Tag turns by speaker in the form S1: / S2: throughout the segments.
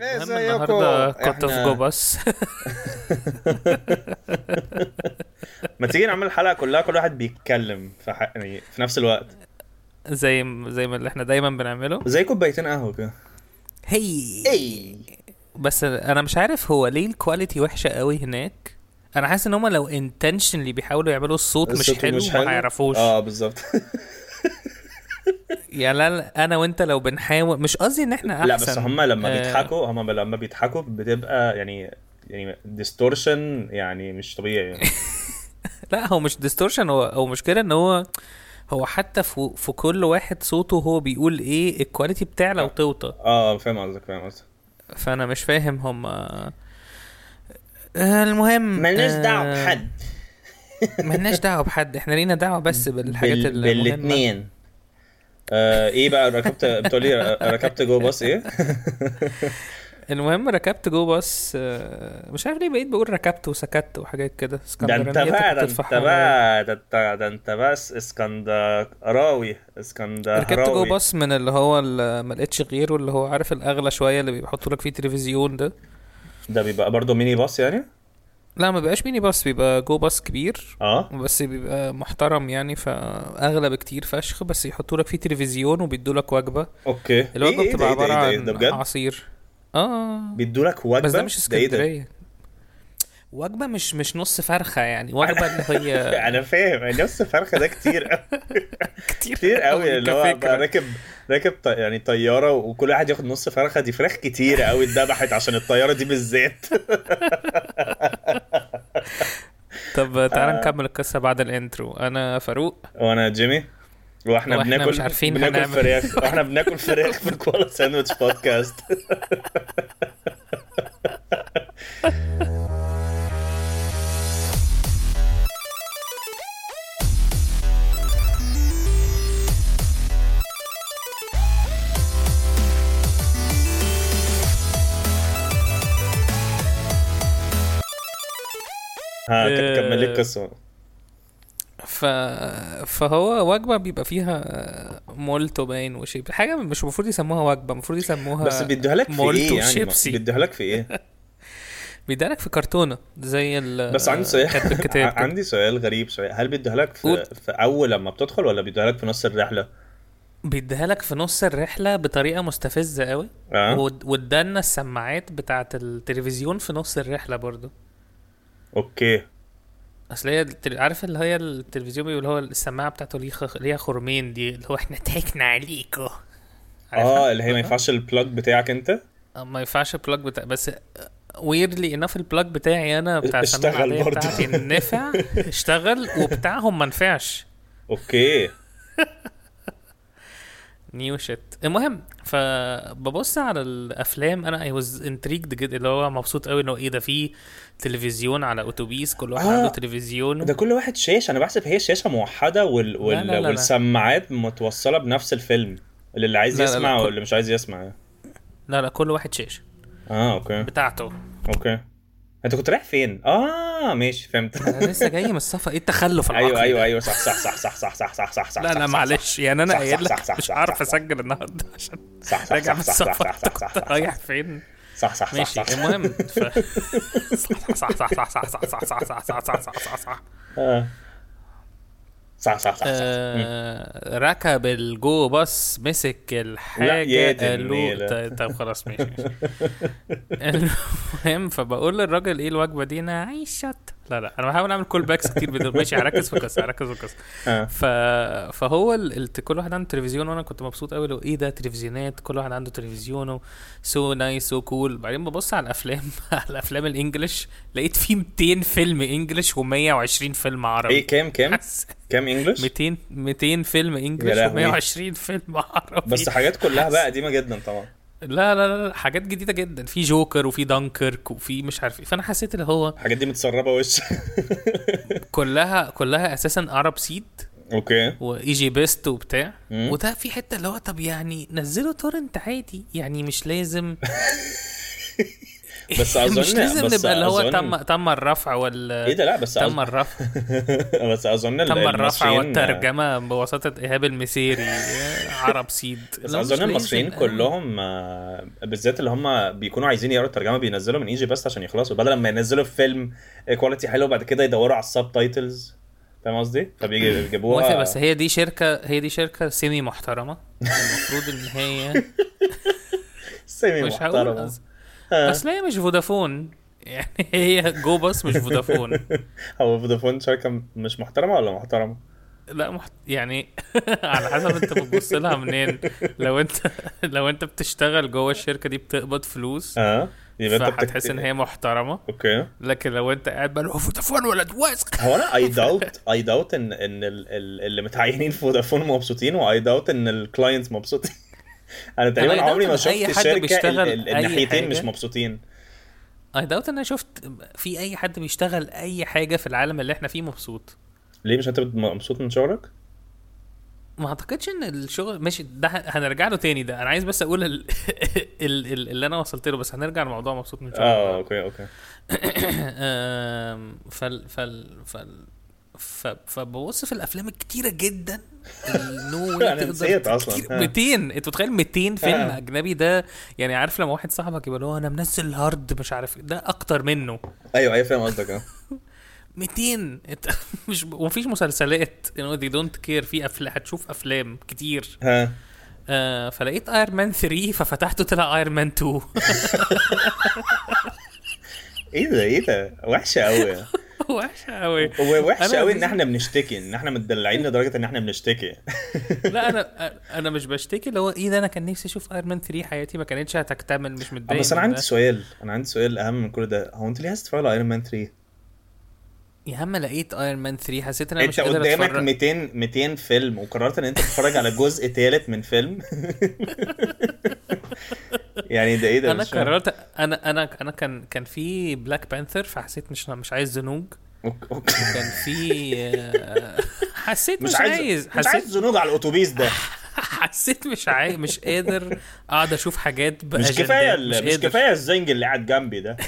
S1: إيه،
S2: المهم
S3: إيه،
S1: النهارده
S2: إحنا-
S1: كنت في جو بس
S3: ما تيجي نعمل الحلقه كلها كل واحد بيتكلم في ح... يعني في نفس الوقت
S1: زي زي ما اللي احنا دايما بنعمله
S3: زي كوبايتين قهوه كده
S1: هي بس انا مش عارف هو ليه الكواليتي وحشه قوي هناك انا حاسس ان هم لو انتشنلي بيحاولوا يعملوا الصوت مش
S3: الصوت
S1: حلو ما هيعرفوش
S3: اه بالظبط
S1: يعني لا- انا وانت لو بنحاول مش قصدي ان احنا احسن
S3: لا بس هم لما
S1: آه.
S3: بيضحكوا هم لما بيضحكوا بتبقى يعني يعني ديستورشن يعني مش طبيعي
S1: لا هو مش ديستورشن هو هو مشكله ان هو هو حتى في, في كل واحد صوته هو بيقول ايه الكواليتي بتاعلى وتوطى
S3: اه فاهم قصدك فاهم قصدك
S1: فانا مش فاهم هم آه، المهم آه، ملناش دعوه بحد احنا لينا دعوه بس بالحاجات
S3: بال...
S1: اللي
S3: بالاثنين آه ايه بقى ركبت بتقولي ركبت جو باص ايه؟
S1: المهم ركبت جو باص آه، مش عارف ليه بقيت بقول ركبت وسكت وحاجات كده
S3: ده انت
S1: اسكندرانيات
S3: بقى ده انت
S1: بتتفحم.
S3: بقى ده انت ده انت بس اسكندراوي اسكندراوي
S1: ركبت جو باص من اللي هو اللي ما لقيتش غيره اللي هو عارف الاغلى شويه اللي بيحطوا لك فيه تلفزيون ده
S3: ده بيبقى برضه ميني باص يعني؟
S1: لا ما بيبقاش ميني باص بيبقى جو باص كبير
S3: اه
S1: بس بيبقى محترم يعني فاغلى بكتير فشخ بس يحطوا لك فيه تلفزيون وبيدوا لك وجبه
S3: اوكي ايه-
S1: الوجبه
S3: ايه ده-
S1: بتبقى
S3: ايه ده- ايه
S1: عباره
S3: ده- ايه
S1: عن
S3: ده بجد؟
S1: عصير اه
S3: بيدوا لك وجبه
S1: بس ده مش
S3: ايه ده؟
S1: اسكندريه وجبه مش مش نص فرخه يعني وجبه اللي هي
S3: انا فاهم يعني نفس الفرخه ده كتير قوي
S1: كتير
S3: كتير قوي
S1: أوي
S3: اللي هو
S1: كفكرة.
S3: بقى راكب راكب ط- يعني طياره وكل واحد ياخد نص فرخه دي فراخ كتير قوي اتذبحت عشان الطياره دي بالذات
S1: طب
S3: آه.
S1: تعالى نكمل القصه بعد الانترو انا فاروق
S3: وانا جيمي واحنا
S1: وإحنا
S3: بناكل
S1: مش عارفين
S3: بناكل
S1: هنعمل- إيه.
S3: فراخ واحنا بناكل فراخ في الكوالا ساندويتش بودكاست ها
S1: آه،
S3: كمل لي القصه
S1: ف... فهو وجبه بيبقى فيها مولتو باين وشيب حاجه مش المفروض يسموها وجبه المفروض يسموها
S3: بس بيدوها لك في
S1: آه، مولتو
S3: ايه يعني
S1: وشيبسي.
S3: بيدوها لك في ايه
S1: بيدالك في كرتونه زي ال
S3: بس عندي سؤال
S1: كاتب الكتاب كده.
S3: عندي سؤال غريب شويه هل بيدوها لك في,
S1: قول.
S3: في اول لما بتدخل ولا بيدوها لك في نص الرحله
S1: بيديها لك في نص الرحله بطريقه مستفزه قوي
S3: اه
S1: ود- وادالنا السماعات بتاعه التلفزيون في نص الرحله برضو
S3: اوكي
S1: اصل هي التل- عارف اللي هي التلفزيون بيقول هو السماعه بتاعته ليه خ- ليها خرمين دي اللي هو احنا ضحكنا عليكوا عارفها؟
S3: اه اللي هي ما ينفعش البلاج بتاعك انت
S1: آه، ما ينفعش البلاج بتاع بس آه، ويرلي انف البلاج بتاعي انا بتاع السماعه
S3: اشتغل
S1: العادية
S3: برضو.
S1: بتاعتي نفع اشتغل وبتاعهم ما نفعش
S3: اوكي
S1: نيو شيت المهم فببص على الافلام انا اي واز انتريجد جدا اللي هو مبسوط قوي انه ايه ده في تلفزيون على اتوبيس كل واحد
S3: آه،
S1: عنده تلفزيون
S3: ده كل واحد شاشه انا بحسب هي شاشه موحده وال... وال...
S1: لا لا لا.
S3: والسماعات متوصله بنفس الفيلم اللي عايز
S1: لا لا لا،
S3: يسمع
S1: كل-
S3: واللي مش عايز يسمع
S1: لا لا كل واحد شاشه
S3: اه اوكي
S1: بتاعته
S3: اوكي انت كنت رايح فين؟ اه ماشي فهمت
S1: انا لسه جاي من السفر ايه التخلف العقلي
S3: ايوه
S1: ده؟
S3: ايوه ايوه صح صح صح صح صح صح صح صح صح
S1: لا
S3: صح-
S1: لا
S3: صح-
S1: معلش يعني انا
S3: صح- صح-
S1: قايل
S3: صح- صح-
S1: لك مش
S3: صح-
S1: عارف
S3: صح-
S1: اسجل النهارده عشان
S3: صح صح
S1: راجع
S3: صح
S1: من
S3: صح صح
S1: السفر
S3: صح
S1: أنت
S3: صح صح
S1: كنت
S3: صح
S1: رايح فين
S3: صح صح صح
S1: ماشي
S3: صح
S1: المهم ف... صح صح صح صح صح صح صح صح صح صح صح صح صح
S3: آه. صح صح صح صح
S1: آه، ركب الجو باص مسك
S3: لا، يا
S1: الحاجه
S3: دي
S1: قال له
S3: النيلة.
S1: ط- طب خلاص ماشي ماشي المهم فبقول للراجل ايه الوجبه دي انا عايز شط لا لا انا بحاول اعمل كول باكس كتير بدل ماشي هركز في القصه هركز في القصه
S3: آه.
S1: ف... فهو ال... الت- كل واحد عنده تلفزيون وانا كنت مبسوط قوي لو ايه ده تلفزيونات كل واحد عنده تلفزيونه سو نايس سو كول بعدين ببص على الافلام على الافلام الانجليش لقيت فيه 200 فيلم انجليش و120 فيلم
S3: ايه
S1: عربي
S3: كام كام
S1: حس-
S3: كام انجلش
S1: 200 200 فيلم انجلش
S3: يا لهوي.
S1: و120 فيلم عربي
S3: بس حاجات كلها بقى قديمه جدا طبعا
S1: لا لا لا لا، حاجات جديده جدا في جوكر وفي دانكرك وفي مش عارف ايه فانا حسيت اللي هو
S3: الحاجات دي متسربه وش
S1: كلها كلها اساسا عرب سيد
S3: اوكي
S1: واي جي بيست وبتاع
S3: مم.
S1: وده في حته اللي هو طب يعني نزله تورنت عادي يعني مش لازم
S3: بس اظن
S1: مش لازم
S3: بس
S1: نبقى اللي هو
S3: أظن-
S1: تم تم الرفع وال
S3: ايه ده لا بس
S1: تم
S3: أظن...
S1: الرفع
S3: بس اظن ال-
S1: تم الرفع
S3: المصريين-
S1: والترجمه بواسطه ايهاب المسيري عرب سيد
S3: بس
S1: لا، مش
S3: اظن
S1: لازم. آه.
S3: المصريين كلهم آه، بالذات اللي هم بيكونوا عايزين يقروا الترجمه بينزلوا من ايجي بس عشان يخلصوا بدل ما ينزلوا فيلم كواليتي حلو بعد كده يدوروا على السب تايتلز فاهم قصدي؟
S1: موافق
S3: فبيجيبوها
S1: بس هي دي شركه هي دي شركه سيمي محترمه المفروض ان هي
S3: سيمي
S1: مش هقول
S3: محترمة
S1: أص- اصل هي مش فودافون يعني هي جو باص مش فودافون
S3: هو فودافون شركه مش محترمه ولا محترمه؟
S1: لا محت... يعني على حسب انت بتبص لها منين لو انت لو انت بتشتغل جوه الشركه دي بتقبض فلوس
S3: اه يبقى انت
S1: فهتحس ان هي محترمه
S3: اوكي
S1: لكن لو انت قاعد بقى اللي هو فودافون ولا دواسك
S3: هو انا اي داوت اي داوت ان ان ال- ال- اللي متعينين في فودافون مبسوطين واي داوت ان الكلاينتس مبسوطين انا
S1: I
S3: تقريبا
S1: doubt
S3: عمري ما
S1: إن
S3: شفت
S1: أي حد
S3: الشركه ال-
S1: بيشتغل
S3: ال-
S1: أي
S3: الناحيتين
S1: حاجة.
S3: مش مبسوطين
S1: اي داوت ان انا شفت في اي حد بيشتغل اي حاجه في العالم اللي احنا فيه مبسوط
S3: ليه مش انت مبسوط من شغلك؟
S1: ما اعتقدش ان الشغل ماشي ده ه- هنرجع له تاني ده انا عايز بس اقول ال... ال... ال... اللي انا وصلت له بس هنرجع لموضوع مبسوط من شغلي
S3: اه اوكي اوكي
S1: آم، فال فال فال ف- فببص في الافلام الكتيره جدا النو
S3: أنا نسيت أصلاً. آه.
S1: 200 انت متخيل 200 فيلم
S3: آه.
S1: اجنبي ده يعني عارف لما واحد صاحبك يبقى اللي هو انا منزل هارد مش عارف إيه، ده اكتر منه
S3: ايوه ايوه فاهم قصدك اه
S1: 200 انت مش ومفيش مسلسلات انه دي دونت كير في افلام هتشوف افلام كتير
S3: ها
S1: آه فلقيت ايرون مان 3 ففتحته طلع ايرون مان 2
S3: ايه ده ايه ده وحشه قوي
S1: وحشه قوي
S3: ووحشه
S1: أنا-
S3: قوي ان احنا بنشتكي ان احنا متدلعين لدرجه ان احنا بنشتكي
S1: لا انا انا مش بشتكي اللي هو ايه ده انا كان نفسي اشوف ايرون مان 3 حياتي ما كانتش هتكتمل مش متضايق
S3: آه، بس انا
S1: من
S3: عندي
S1: ده.
S3: سؤال انا عندي سؤال اهم من كل ده هو انت ليه عايز تتفرج على ايرون مان 3
S1: يا عم لقيت ايرون مان 3 حسيت ان انا
S3: انت
S1: مش قادر
S3: قدامك
S1: اتفرج
S3: 200 200 فيلم وقررت ان انت تتفرج على جزء ثالث من فيلم يعني ده ايه ده
S1: انا
S3: مش فاهم.
S1: قررت انا انا انا كان كان في بلاك بانثر فحسيت مش مش عايز زنوج
S3: أوك- أوك.
S1: كان في آه، حسيت مش,
S3: مش عايز مش
S1: حسيت
S3: عايز زنوج على الاتوبيس ده
S1: حسيت مش عايز مش قادر اقعد اشوف حاجات بقى
S3: مش كفايه ال- مش كفايه الزنج اللي قاعد جنبي ده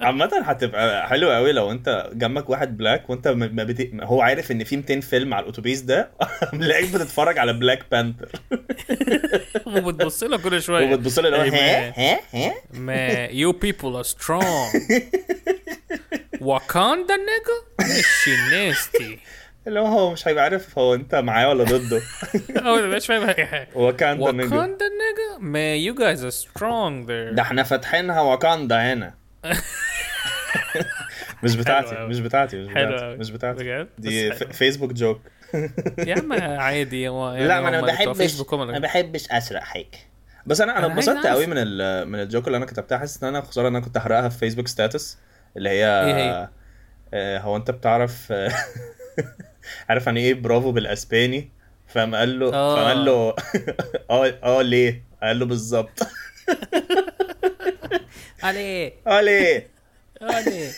S3: عامة هتبقى حلوة قوي لو انت جنبك واحد بلاك وانت ما ما بت... هو عارف ان في 200 فيلم على الاتوبيس ده ملاقيك بتتفرج على بلاك بانثر
S1: وبتبص له كل أيوة. شويه
S3: وبتبص له اللي هو،
S1: أي
S3: ها
S1: ما-
S3: ها ها
S1: ما you people are strong Wakanda nigga مش nasty
S3: اللي هو هو مش هيبقى عارف هو انت معاه ولا ضده
S1: هو ده مش فاهم اي حاجه
S3: واكاندا نيجا
S1: Wakanda nigga ما you guys are strong
S3: ده
S1: there
S3: احنا فاتحينها واكاندا هنا مش
S1: حلو
S3: بتاعتي
S1: أوي.
S3: مش بتاعتي مش
S1: حلو
S3: بتاعتي
S1: أوي.
S3: مش بتاعتي
S1: بجد؟
S3: دي
S1: بس
S3: ف-
S1: حلو.
S3: فيسبوك جوك
S1: يا عم عادي هو يعني
S3: لا ما انا
S1: هم
S3: ما
S1: بتوع
S3: بحبش
S1: فيسبوك هم اللي-
S3: ما بحبش اسرق حاجه بس انا انا
S1: أنا عايز
S3: اتبسطت
S1: أعرف.
S3: قوي من ال من الجوك اللي انا كتبتها حاسس ان انا خساره ان انا كنت احرقها في فيسبوك ستاتس اللي هي
S1: إيه هي؟
S3: آه، هو انت بتعرف آه، عارف يعني ايه برافو بالاسباني فقام قال له
S1: آه.
S3: فقام قال له اه اه ليه؟ قال له بالظبط
S1: علي
S3: اه ليه؟
S1: علي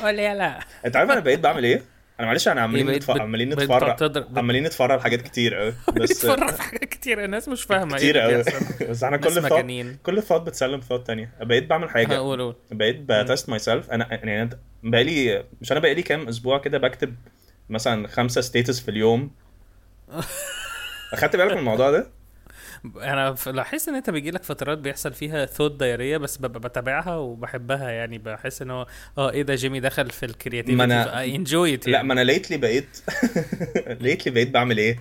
S1: علي يلا
S3: انت عارف انا بقيت بعمل ايه؟ انا معلش انا عمالين
S1: إيه بقيت
S3: نتف...
S1: بت-
S3: عمالين
S1: بقيت
S3: نتفرع
S1: بتضرب- بت-
S3: عمالين نتفرع لحاجات كتير قوي بس
S1: بتتفرج في حاجات كتير الناس مش فاهمه
S3: كتير
S1: ايه
S3: قوي
S1: اللي بيحصل
S3: بس احنا
S1: ناس
S3: كل
S1: مجانين.
S3: ثوت كل ثوت بتسلم ثوت تانية بقيت بعمل حاجه
S1: هقول قول
S3: بقيت بتست ماي سيلف انا يعني أنا بقالي مش انا بقالي كام اسبوع كده بكتب مثلا خمسه ستيتس في اليوم اخدت بالك من الموضوع ده؟
S1: انا ف- لاحظت ان انت بيجي لك فترات بيحصل فيها ثوت دايريه بس ببقى بتابعها وبحبها يعني بحس ان هو اه ايه ده جيمي دخل في
S3: ما
S1: الكرياتيفيتي
S3: أنا-
S1: اي انجوي ات
S3: لا ما انا ليتلي بقيت ليتلي بقيت بعمل ايه؟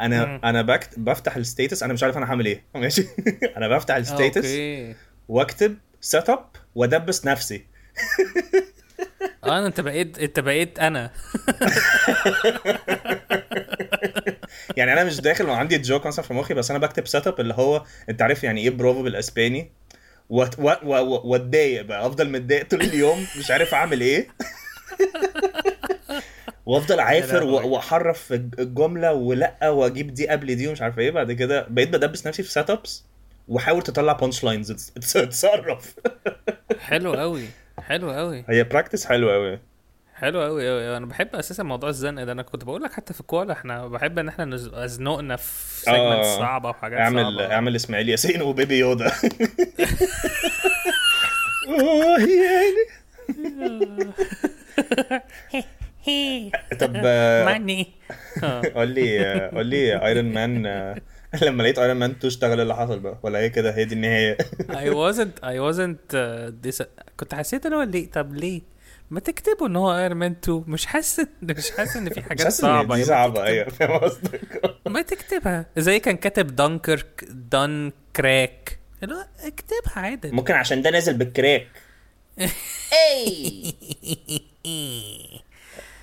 S3: انا
S1: مم.
S3: انا بكت... بفتح الستيتس انا مش عارف انا هعمل ايه ماشي انا بفتح
S1: آه،
S3: الستيتس واكتب سيت اب وادبس نفسي
S1: اه انت بقيت انت بقيت انا
S3: يعني انا مش داخل وعندي جوك مثلا في مخي بس انا بكتب سيت اب اللي هو انت عارف يعني ايه برافو بالاسباني وات- و- و- و- واتضايق بقى افضل متضايق طول اليوم مش عارف اعمل ايه وافضل عافر
S1: لهوي.
S3: و- واحرف الج- الجمله ولا واجيب دي قبل دي ومش عارف ايه بعد كده بقيت بدبس نفسي في سيت ابس وحاول تطلع بانش لاينز اتصرف
S1: حلو قوي حلو قوي
S3: هي براكتس حلوه قوي
S1: حلو قوي قوي انا بحب اساسا موضوع الزنقه ده انا كنت بقول لك حتى في كوالا احنا بحب ان احنا نز- ازنقنا في سيجمنت
S3: آه.
S1: صعبه وحاجات
S3: اعمل
S1: صعبه
S3: اعمل اسماعيل ياسين وبيبي يودا أوه، يا عيني. طب آه،
S1: معني آه.
S3: قول لي آه، قول لي ايرون مان آه، لما لقيت ايرون مان 2 اشتغل إيه اللي حصل بقى ولا هي كده هي دي النهايه
S1: I wasn't I wasn't uh, dis- كنت حسيت ان هو ليه طب ليه ما تكتبوا ان هو ايرون مان 2 مش حاسس مش حاسس ان في
S3: مش
S1: حاجات
S3: حاسس ان
S1: صعبه
S3: دي
S1: يعني
S3: صعبه ايوه فاهم قصدك
S1: ما تكتبها زي كان كاتب دانكر دان كراك اللي هو اكتبها عادي
S3: ممكن عشان ده نازل بالكراك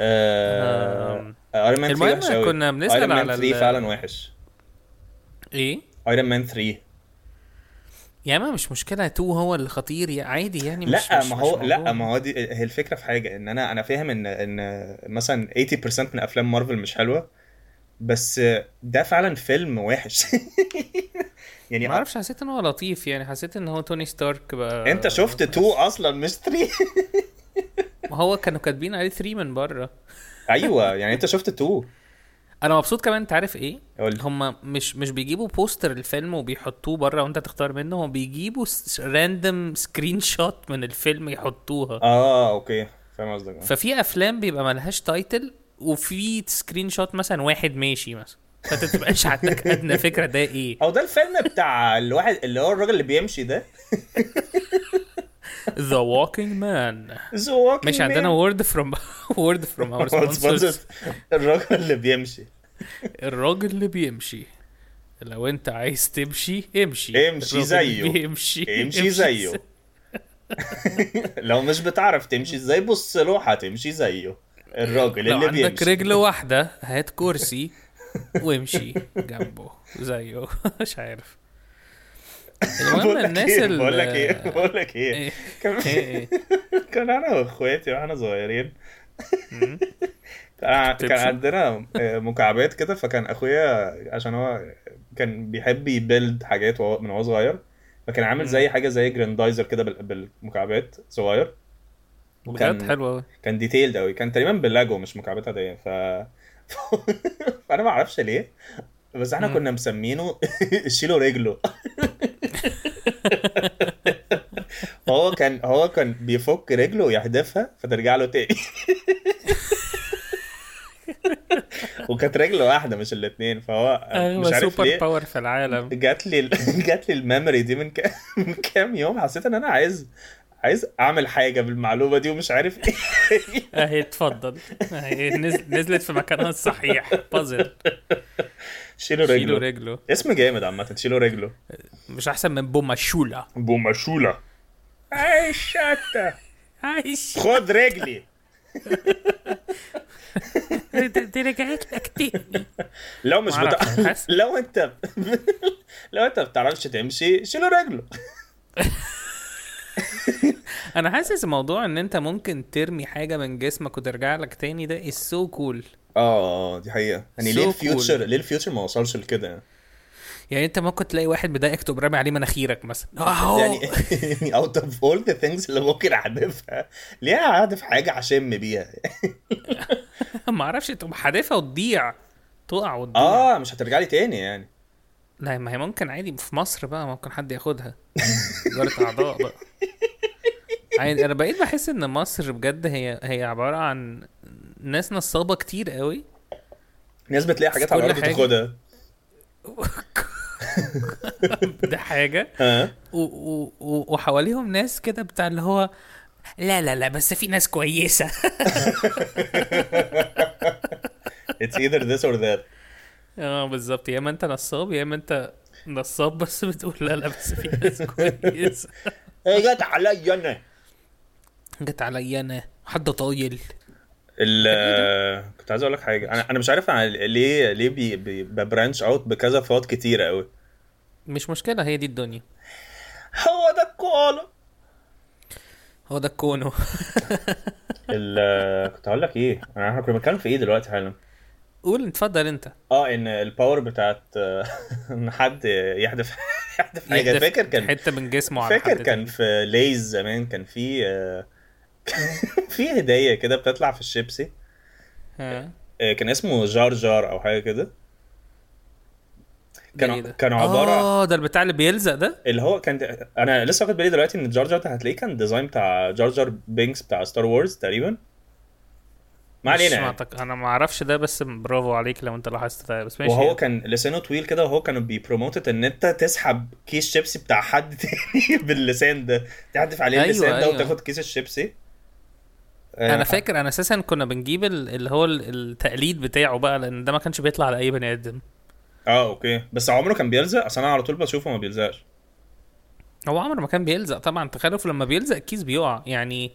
S3: آه،
S1: آم.
S3: ايرون مان 3
S1: آه، المهم
S3: وحش قوي
S1: كنا بنسأل
S3: ايرون مان
S1: على
S3: 3
S1: ال-
S3: فعلا وحش
S1: ايه
S3: ايرون مان 3
S1: يا يعني ما مش مشكله تو هو اللي خطير يا عادي يعني مش
S3: لا
S1: مش
S3: ما هو
S1: مش
S3: لا
S1: موضوع.
S3: ما هو دي هي الفكره في حاجه ان انا انا فاهم ان ان مثلا 80% من افلام مارفل مش حلوه بس ده فعلا فيلم وحش يعني
S1: ما اعرفش حسيت ان هو لطيف يعني حسيت ان هو توني ستارك بقى
S3: انت شفت 2 اصلا مش 3
S1: ما هو كانوا كاتبين عليه 3 من بره
S3: ايوه يعني انت شفت 2
S1: انا مبسوط كمان انت عارف ايه
S3: قول لي.
S1: هم مش مش بيجيبوا بوستر الفيلم وبيحطوه بره وانت تختار منه هم بيجيبوا راندوم سكرين شوت من الفيلم يحطوها
S3: اه اوكي فاهم قصدك آه.
S1: ففي افلام بيبقى ملهاش تايتل وفي سكرين شوت مثلا واحد ماشي مثلا فانت تبقاش عندك ادنى فكره ده ايه
S3: او ده الفيلم بتاع الواحد اللي هو الراجل اللي بيمشي ده
S1: ذا ووكينج مان
S3: ذا
S1: ماشي عندنا وورد فروم وورد فروم اور سبونسرز
S3: الراجل اللي بيمشي
S1: الراجل اللي بيمشي لو انت عايز تمشي امشي
S3: امشي
S1: الراجل
S3: زيه.
S1: بيمشي
S3: امشي زيه لو مش بتعرف تمشي ازاي بص له هتمشي زيه الراجل
S1: لو
S3: اللي
S1: عندك
S3: بيمشي
S1: رجل واحدة هات كرسي وامشي جنبه زيه مش عارف
S3: بقول
S1: المهم
S3: لك
S1: الناس
S3: ايه
S1: ال-
S3: بقول لك ايه بقول لك ايه
S1: إيه؟
S3: كان
S1: إيه؟
S3: كان انا واخواتي واحنا صغيرين كان ع- كان
S1: تمشي؟
S3: عندنا آه، مكعبات كده فكان اخويا عشان هو كان بيحب يبيلد حاجات وهو- من وهو صغير فكان عامل زي حاجه زي جراندايزر كده بال- بالمكعبات صغير
S1: بجد حلو قوي
S3: كان ديتيلد قوي كان تقريبا باللاجو مش مكعبات عاديه ف فانا ما اعرفش ليه بس احنا كنا مسمينه شيلو رجله هو كان هو كان بيفك رجله ويحدفها فترجع له تاني وكانت رجله واحده مش الاثنين فهو آه، مش
S1: اغبى
S3: عارف
S1: سوبر
S3: ليه
S1: باور في العالم
S3: جات لي ال- جات لي الميموري دي من كام من كام يوم حسيت ان انا عايز عايز اعمل حاجه بالمعلومه دي ومش عارف ايه
S1: اهي آه، اتفضل اهي نز- نزلت في مكانها الصحيح بازل
S3: شيلوا رجله.
S1: شيلوا رجله
S3: اسم جامد عامة شيلوا رجله
S1: مش احسن من بوما شولا
S3: بومشولة اي شتى
S1: عايش
S3: خد رجلي
S1: دي رجعت لك تاني
S3: لو مش بتاع
S1: معرفش، أنا حاسس-
S3: لو انت لو انت ما بتعرفش تمشي شيلوا رجله
S1: انا حاسس موضوع ان انت ممكن ترمي حاجه من جسمك وترجع لك تاني ده از سو كول
S3: اه دي حقيقة يعني
S1: So
S3: ليه
S1: cool.
S3: الفيوتشر ليه الفيوتشر ما وصلش لكده يعني
S1: يعني انت ممكن تلاقي واحد بيضايقك تقوم رامي عليه مناخيرك مثلا اهو
S3: يعني يعني اوت اوف اول ذا ثينجز اللي ممكن احدفها ليه احدف حاجة هشم بيها
S1: ما اعرفش تقوم حادفها وتضيع تقع وتضيع
S3: اه مش هترجع لي تاني يعني
S1: لا ما هي ممكن عادي في مصر بقى ممكن حد ياخدها إدارة أعضاء بقى عادي أنا بقيت بحس إن مصر بجد هي هي عبارة عن ناس نصابة كتير قوي
S3: ناس بتلاقي حاجات
S1: في
S3: على
S1: كل
S3: الارض
S1: حاجة.
S3: تاخدها
S1: ده حاجة
S3: ها
S1: و- و- و- وحواليهم ناس كده بتاع اللي هو لا لا لا بس في ناس كويسة
S3: اتس ايذر ذس اور ذات
S1: اه بالظبط يا اما انت نصاب يا اما انت نصاب بس بتقول لا لا بس في ناس كويسة
S3: إيه، جت عليا انا
S1: جت عليا انا حد طايل
S3: ال كنت عايز اقول لك حاجه انا انا مش عارف عن- ليه ليه بي بي ببرانش اوت بكذا فوات كتيره قوي
S1: مش مشكلة هي دي الدنيا
S3: هو ده الكوالا
S1: هو ده كونه
S3: ال كنت هقول لك ايه انا احنا كنا بنتكلم في ايه دلوقتي حالا
S1: قول اتفضل انت
S3: اه ان الباور بتاعت ان حد يحدف يحدف حاجه
S1: يهدف
S3: فاكر كان
S1: حته من جسمه على
S3: فاكر
S1: حد
S3: كان في ليز زمان كان في آه، في هديه كده بتطلع في الشيبسي
S1: ها
S3: آه، كان اسمه جار جار او حاجه كده
S1: ده إيه
S3: كان
S1: ده؟
S3: كان عباره
S1: اه ده البتاع اللي بيلزق ده
S3: اللي هو كان انا لسه واخد بالي دلوقتي ان جار جار ده هتلاقيه كان ديزاين بتاع جار جار بينكس بتاع ستار وورز تقريبا ما
S1: مش
S3: علينا يعني.
S1: معتق... انا ما اعرفش ده بس برافو عليك لو انت لاحظت ده بس ماشي
S3: وهو
S1: يعني.
S3: كان لسانه طويل كده وهو كانوا بيبروموتد ان انت تسحب كيس شيبسي بتاع حد تاني باللسان ده تحدف عليه
S1: أيوة،
S3: اللسان ده
S1: أيوة.
S3: وتاخد إيه؟ كيس الشيبسي آه،
S1: انا فاكر انا اساسا كنا بنجيب ال- اللي هو ال- التقليد بتاعه بقى لان ده ما كانش بيطلع على اي بني ادم
S3: اه اوكي بس عمره كان بيلزق اصل انا على طول بشوفه ما بيلزقش
S1: هو عمر ما كان بيلزق طبعا تخلف لما بيلزق الكيس بيقع يعني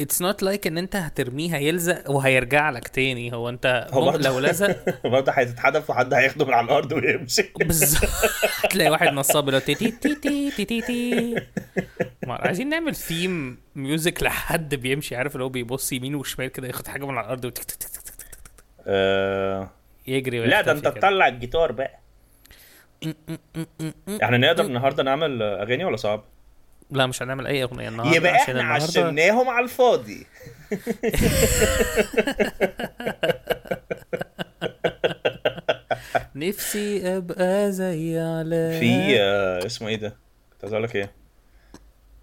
S1: اتس نوت لايك ان انت هترميه هيلزق وهيرجع لك تاني هو انت
S3: هو
S1: ممكن
S3: برضه-
S1: لو لزق
S3: برضه هيتحدف وحد هياخده من على الارض ويمشي
S1: بالظبط تلاقي واحد نصاب اللي هو تي تي تي تي تي تي تي ما- عايزين نعمل ثيم ميوزك لحد بيمشي عارف اللي هو بيبص يمين وشمال كده ياخد حاجه من على الارض وتك تك تك تك تك تك
S3: آه،
S1: يجري
S3: لا ده
S1: ويختفي
S3: انت
S1: كده.
S3: تطلع الجيتار بقى احنا نقدر النهارده نعمل اغاني ولا صعب؟
S1: لا مش هنعمل اي اغنيه النهارده
S3: يبقى
S1: عشان
S3: احنا
S1: النهاردة-
S3: عشمناهم على الفاضي
S1: نفسي ابقى زي علاء
S3: في آه، اسمه ايه ده؟ كنت عايز اقول لك ايه؟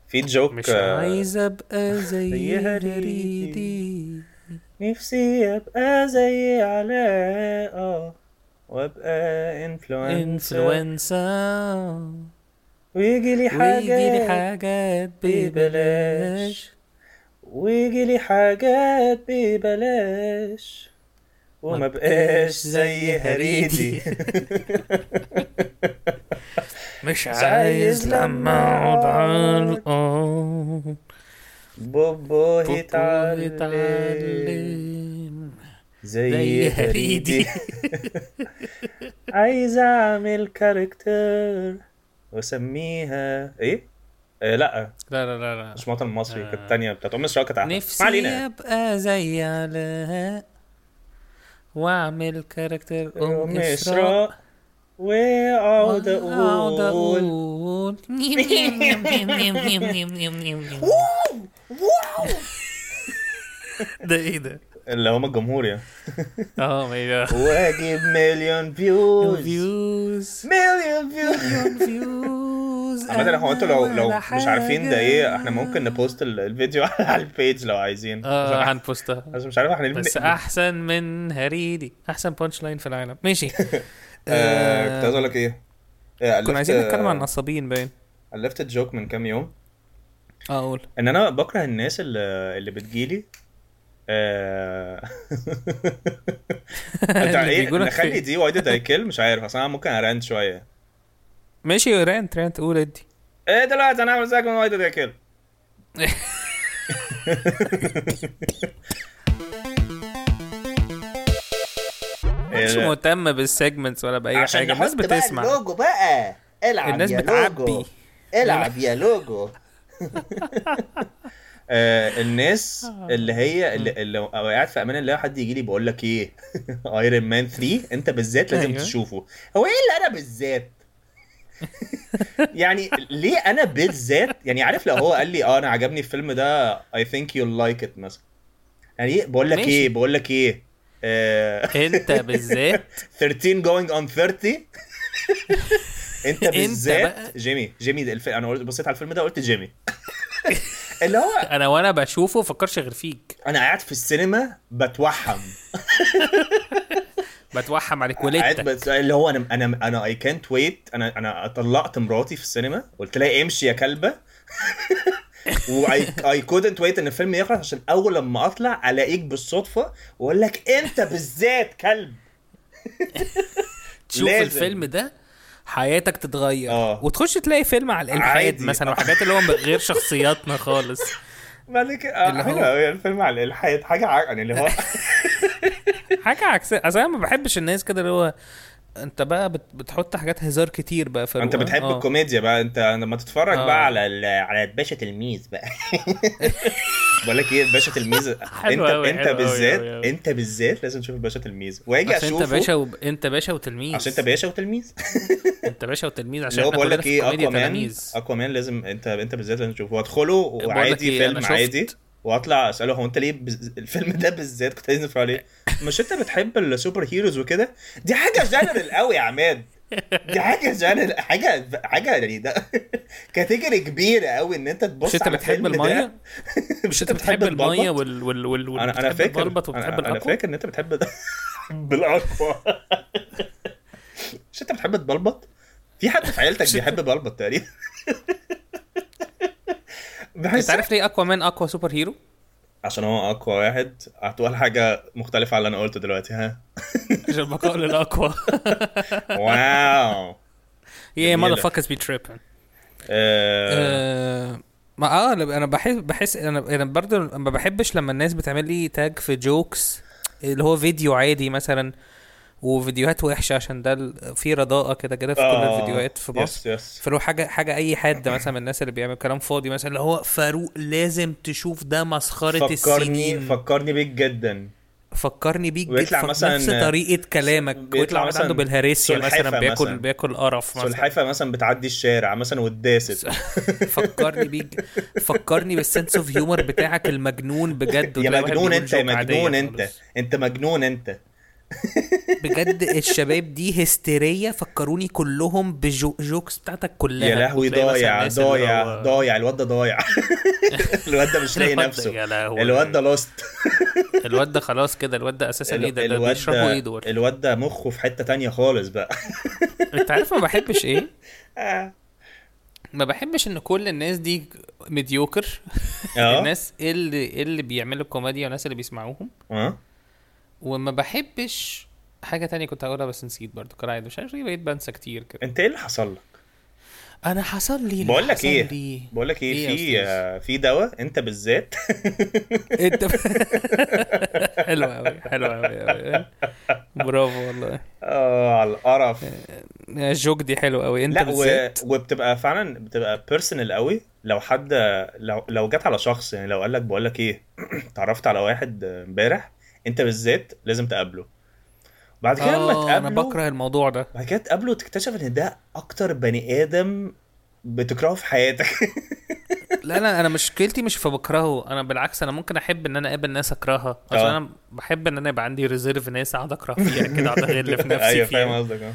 S3: في جوك
S1: مش
S3: آه،
S1: عايز ابقى زي
S3: زيها
S1: ريدي
S3: آه، نفسي ابقى زي علاء اه وابقى انفلونسر
S1: انفلونسا
S3: ويجي لي
S1: ويجي لي
S3: حاجات
S1: حاجات
S3: ببلاش
S1: ببلاش
S3: ويجي لي حاجات ببلاش وما
S1: ما
S3: بقاش زي هريدي
S1: مش
S3: عايز
S1: عايز لما اقعد على الارض
S3: بوبو يتعلم
S1: يتعلم
S3: زي
S1: زي
S3: هريدي
S1: هريدي
S3: عايز اعمل كاركتر واسميها ايه؟ آه لا
S1: لا لا لا لا
S3: مش وطن مصري
S1: آه.
S3: كانت التانية بتاعت ام اسراء كانت احلى ما
S1: نفسي
S3: علينا
S1: ابقى زي علاء واعمل كاركتر ام
S3: ام
S1: اسراء
S3: اسراء واقعد
S1: وأقعد
S3: اقول
S1: أقول. ده ايه ده؟
S3: اللي هم الجمهور يعني
S1: اه ماي جاد
S3: واجيب مليون فيوز
S1: فيوز
S3: مليون فيوز
S1: فيوز
S3: عامة هو انتوا لو لو مش عارفين ده ايه احنا ممكن نبوست ال- الفيديو على البيج لو عايزين
S1: اه
S3: عشان-
S1: هنبوستها
S3: عشان مش عارف احنا
S1: بس
S3: ليه
S1: احسن من هريدي احسن بانش لاين في العالم ماشي
S3: آه، كنت عايز اقول لك ايه آه، ألفت-
S1: كنا عايزين نتكلم عن النصابين باين
S3: ألفت جوك من كام يوم
S1: اه قول
S3: ان انا بكره الناس اللي اللي بتجيلي آه، انت
S1: اللي
S3: ايه
S1: بيجولك
S3: نخلي
S1: فين؟
S3: دي وايد دايكل مش عارف اصل انا ممكن اران شويه
S1: ماشي رانت رانت قول ادي
S3: ايه دلوقتي انا عامل زيك من وايد دايكل
S1: مش
S3: إيه.
S1: مهتم بالسيجمنتس ولا باي حاجه الناس بتسمع
S3: اللوجو بقى العب
S1: الناس بتعبي
S3: العب يا لوجو آه الناس اللي
S1: آه.
S3: هي اللي, اللي أو قاعد في امان الله حد يجي لي بقول لك ايه ايرون مان 3 انت بالذات لازم
S1: أيوة.
S3: تشوفه هو ايه اللي انا بالذات يعني ليه انا بالذات يعني عارف لو هو قال لي اه انا عجبني الفيلم ده اي ثينك يو لايك ات مثلا يعني إيه؟ بقول لك
S1: ماشي. إيه؟
S3: ايه بقول لك ايه آه،
S1: انت بالذات
S3: 13 going on 30 انت
S1: بقى.
S3: بالذات جيمي جيمي ده الف... انا قلت- بصيت على الفيلم ده قلت جيمي اللي هو
S1: انا وانا بشوفه فكرش غير فيك
S3: انا قاعد في السينما بتوحم
S1: بتوحم عليك
S3: قاعد
S1: ولادتك
S3: بت... اللي هو انا انا انا اي كانت ويت انا انا طلقت مراتي في السينما قلت لها امشي يا كلبه واي اي كودنت ويت ان الفيلم يخلص عشان اول لما اطلع الاقيك بالصدفه واقول لك انت بالذات كلب
S1: تشوف
S3: لازم.
S1: الفيلم ده حياتك تتغير
S3: آه.
S1: وتخش تلاقي فيلم على الالحاد
S3: عادي. آه.
S1: مثلا وحاجات اللي هو من غير شخصياتنا خالص
S3: مالك آه،
S1: اللي هو-
S3: حلو قوي الفيلم على الحياه حاجه ع- يعني اللي هو
S1: حاجه عكسيه اصل انا ما بحبش الناس كده اللي هو انت بقى بت... بتحط حاجات هزار كتير بقى في
S3: انت
S1: الرواية.
S3: بتحب
S1: آه.
S3: الكوميديا بقى انت لما تتفرج
S1: آه.
S3: بقى على ال- على الباشا تلميذ بقى بقول لك ايه الباشا تلميذ انت
S1: أوي،
S3: انت
S1: حلو أوي،
S3: بالذات
S1: أوي، أوي.
S3: انت بالذات لازم تشوف الباشا تلميذ واجي
S1: عشان
S3: اشوفه
S1: انت باشا وب... انت باشا وتلميذ
S3: عشان انت باشا وتلميذ
S1: انت باشا وتلميذ عشان
S3: اللي هو
S1: احنا
S3: بقول
S1: كلنا
S3: لك
S1: في
S3: ايه
S1: الكوميديا
S3: اكوامان
S1: تلاميذ
S3: اكوامان لازم انت انت بالذات لازم تشوفه وادخله
S1: بقول لك
S3: وعادي
S1: إيه، أنا
S3: فيلم
S1: شفت-
S3: عادي واطلع اساله هو انت ليه بز... الفيلم ده بالذات كنت عايز نتفرج عليه مش انت بتحب السوبر هيروز وكده دي حاجه جنرال قوي يا عماد دي حاجه جنرال حاجه حاجه يعني ده كاتيجوري كبيره قوي ان انت تبص
S1: مش انت
S3: على
S1: بتحب
S3: الفيلم ده.
S1: الميه مش انت بتحب الميه
S3: البلبط؟
S1: وال وال وال وال-
S3: انا انا
S1: بتحب
S3: فاكر
S1: البلبط وبتحب
S3: انا, أنا
S1: الأقوى؟
S3: فاكر ان انت بتحب بالاقوى مش انت بتحب تبلبط في حد في عيلتك
S1: مش
S3: بيحب بلبط تقريبا
S1: انت
S3: بحس
S1: عارف ليه اقوى مان اقوى سوبر هيرو
S3: عشان هو اقوى واحد هتقول حاجه مختلفه عن اللي انا قلته دلوقتي ها
S1: عشان بقاء للاقوى
S3: واو
S1: يا
S3: جميلة.
S1: ماذر فاكرز بي تريبن
S3: آه،
S1: آه، ما اه لا، انا بحس بحس انا انا برضه ما بحبش لما الناس بتعمل لي تاج في جوكس اللي هو فيديو عادي مثلا وفيديوهات وحشه عشان ده ال- في رداءه كده كده في كل
S3: آه،
S1: الفيديوهات في مصر
S3: يس يس
S1: فلو حاجه حاجه اي حد مثلا من الناس اللي بيعمل كلام فاضي مثلا اللي هو فاروق لازم تشوف ده مسخره
S3: فكرني
S1: السنين
S3: فكرني بيك جدا
S1: فكرني بيك
S3: ويطلع
S1: جدا في
S3: مثلا-
S1: نفس طريقه كلامك
S3: بيطلع
S1: ويطلع مثلا
S3: مثلا
S1: عنده بالهريسيا مثلا
S3: سلحفة
S1: بياكل
S3: مثلا.
S1: بياكل قرف مثلا
S3: سلحفه مثلا بتعدي الشارع مثلا واتداست
S1: فكرني بيك فكرني بالسنس اوف هيومر بتاعك المجنون بجد
S3: يا
S1: وتلاقي واحد
S3: مجنون
S1: بيقول
S3: انت يا
S1: joke عادية
S3: مجنون انت
S1: خالص.
S3: انت مجنون انت
S1: بجد الشباب دي هستيريه فكروني كلهم بجوكس بتاعتك كلها
S3: يا لهوي
S1: وتلاقي مثلا
S3: ضايع
S1: الناس اللي
S3: ضايع
S1: هو-
S3: ضايع الواد ده ضايع الواد ده مش لاقي
S1: الواد ده-
S3: نفسه
S1: يا لهوي
S3: الواد ده لوست
S1: الواد ده خلاص كده الواد ده اساسا ايه ده ده
S3: الواد
S1: بيشربوا ايه دول
S3: الواد ده مخه في حته تانية خالص بقى
S1: انت عارف ما بحبش ايه
S3: اه
S1: ما بحبش ان كل الناس دي مديوكر الناس اللي اللي بيعملوا كوميديا والناس اللي بيسمعوهم
S3: اه
S1: وما بحبش حاجه تانية كنت هقولها بس نسيت برضو كالعاده مش عارف ليه بقيت بنسى كتير كده
S3: انت ايه اللي حصل لك؟
S1: انا حصل لي إيه اللي
S3: بقول لك
S1: حصل
S3: ايه
S1: لي. إيه
S3: بقول لك ايه
S1: يا
S3: في
S1: أستاذ؟
S3: آه، في دواء انت بالذات
S1: انت حلو قوي حلو قوي برافو والله
S3: اه على القرف
S1: الجوك دي حلو قوي انت آه،
S3: لا و...
S1: بالذات
S3: وبتبقى فعلا بتبقى بيرسونال قوي لو حد لو لو جت على شخص يعني لو قال لك بقول لك ايه اتعرفت على واحد امبارح انت بالذات لازم تقابله بعد كده لما
S1: آه، انا
S3: تقابله
S1: بكره الموضوع ده
S3: بعد كده تقابله تكتشف ان ده اكتر بني ادم بتكرهه في حياتك
S1: لا لا انا مشكلتي مش في بكرهه انا بالعكس انا ممكن احب ان انا اقابل ناس اكرهها عشان
S3: آه.
S1: انا بحب ان انا يبقى عندي ريزيرف ناس اقعد اكره فيها كده اقعد اغل في نفسي
S3: ايوه
S1: فيها
S3: فاهم قصدك اه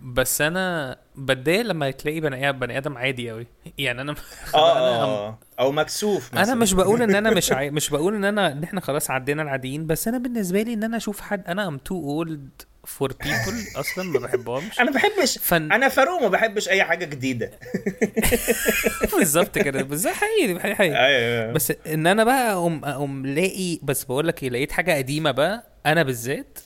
S1: بس انا بتضايق لما تلاقي بني آدم- بني ادم عادي قوي يعني انا
S3: اه
S1: أنا-
S3: آه. او مكسوف مثلا
S1: انا مش بقول ان انا مش عاي... مش بقول ان انا ان احنا خلاص عدينا العاديين بس انا بالنسبه لي ان انا اشوف حد انا ام تو اولد فور بيبل اصلا ما بحبهمش
S3: انا بحبش
S1: فن-
S3: انا فاروق ما بحبش اي حاجه جديده
S1: بالظبط كده بالظبط حقيقي حقيقي- حقيقي
S3: ايوه
S1: بس ان انا بقى اقوم اقوم لاقي بس بقول لك ايه لقيت حاجه قديمه بقى انا بالذات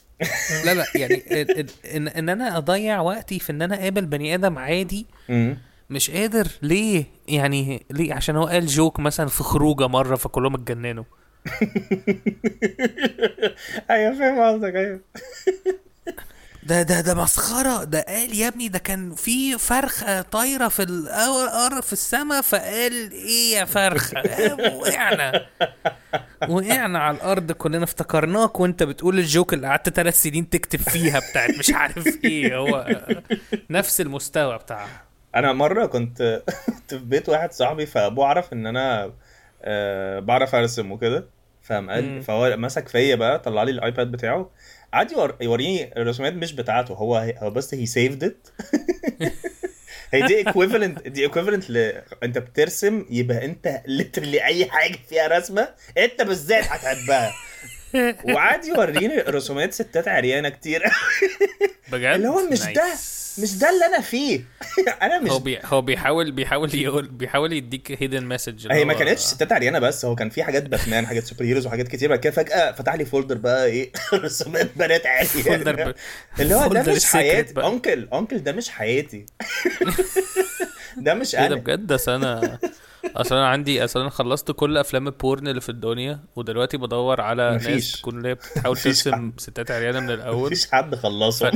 S1: لا لا يعني ال- ال- ان ان انا اضيع وقتي في ان انا اقابل بني ادم عادي
S3: مم.
S1: مش قادر ليه يعني ليه عشان هو قال جوك مثلا في خروجه مره فكلهم اتجننوا
S3: ايوه فاهم قصدك ايوه
S1: ده ده ده مسخره ده قال يا ابني ده كان في فرخه طايره في القرف في السما فقال ايه يا فرخه آه، وقعنا وقعنا على الارض كلنا افتكرناك وانت بتقول الجوك اللي قعدت ثلاث سنين تكتب فيها بتاعت مش عارف ايه هو نفس المستوى بتاعها
S3: انا مره كنت كنت في بيت واحد صاحبي فابوه عرف ان انا آه، بعرف ارسم وكده فقام
S1: مم.
S3: قال فهو مسك فيا بقى طلع لي الايباد بتاعه قعد يور- يوريني الرسومات مش بتاعته هو هو بس هي سيفد ات هي دي ايكويفالنت دي ايكويفالنت ل انت بترسم يبقى انت ليترلي اي حاجه فيها رسمه انت بالذات هتحبها وقعد يوريني رسومات ستات عريانه كتير
S1: بجد
S3: اللي هو مش ده مش ده اللي انا فيه انا مش
S1: هو بي... هو بيحاول بيحاول يقول بيحاول يديك هيدن مسج
S3: هي ما كانتش ستات عريانه بس هو كان في حاجات باتمان حاجات سوبر هيروز وحاجات كتير بعد كده فجاه فتح لي فولدر بقى ايه رسومات بنات عريانه يعني اللي هو ده مش حياتي انكل انكل ده مش حياتي ده مش
S1: ايه ده
S3: انا
S1: بجد اصل انا اصل انا عندي اصل انا خلصت كل افلام البورن اللي في الدنيا ودلوقتي بدور على
S3: مفيش.
S1: ناس تكون اللي هي بتحاول
S3: مفيش
S1: ترسم ستات عريانه من الاول
S3: مفيش حد خلصه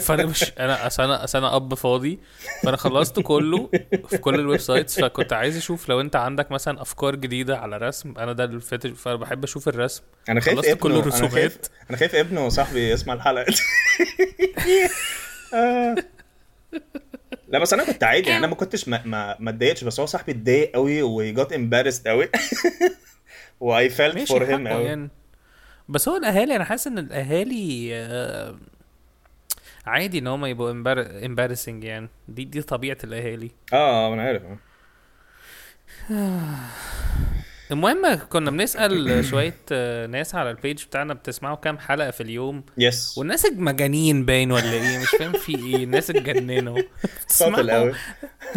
S1: فانا مش انا اصل انا اصل انا اب فاضي فانا خلصت كله في كل الويب سايتس فكنت عايز اشوف لو انت عندك مثلا افكار جديده على رسم انا ده الفتش فانا بحب اشوف الرسم
S3: انا خايف
S1: خلصت
S3: ابنه
S1: كل
S3: انا خايف
S1: الرسومات
S3: انا خايف ابنه وصاحبي يسمع الحلقه دي آه. لا بس انا كنت عادي يعني انا ما كنتش ما ما ما اتضايقتش بس هو صاحبي اتضايق قوي وجات امبارست قوي واي فيلت
S1: ماشي
S3: فور هيم
S1: حقه
S3: قوي
S1: يعني بس هو الاهالي انا حاسس ان الاهالي آه، عادي ان هم يبقوا امبارسنج يعني دي دي طبيعه الاهالي
S3: اه آه، انا عارف
S1: المهم كنا بنسال شويه آه، ناس على البيج بتاعنا بتسمعوا كام حلقه في اليوم
S3: يس
S1: والناس المجانين باين ولا ايه مش فاهم في ايه الناس اتجننوا
S3: ساطل قوي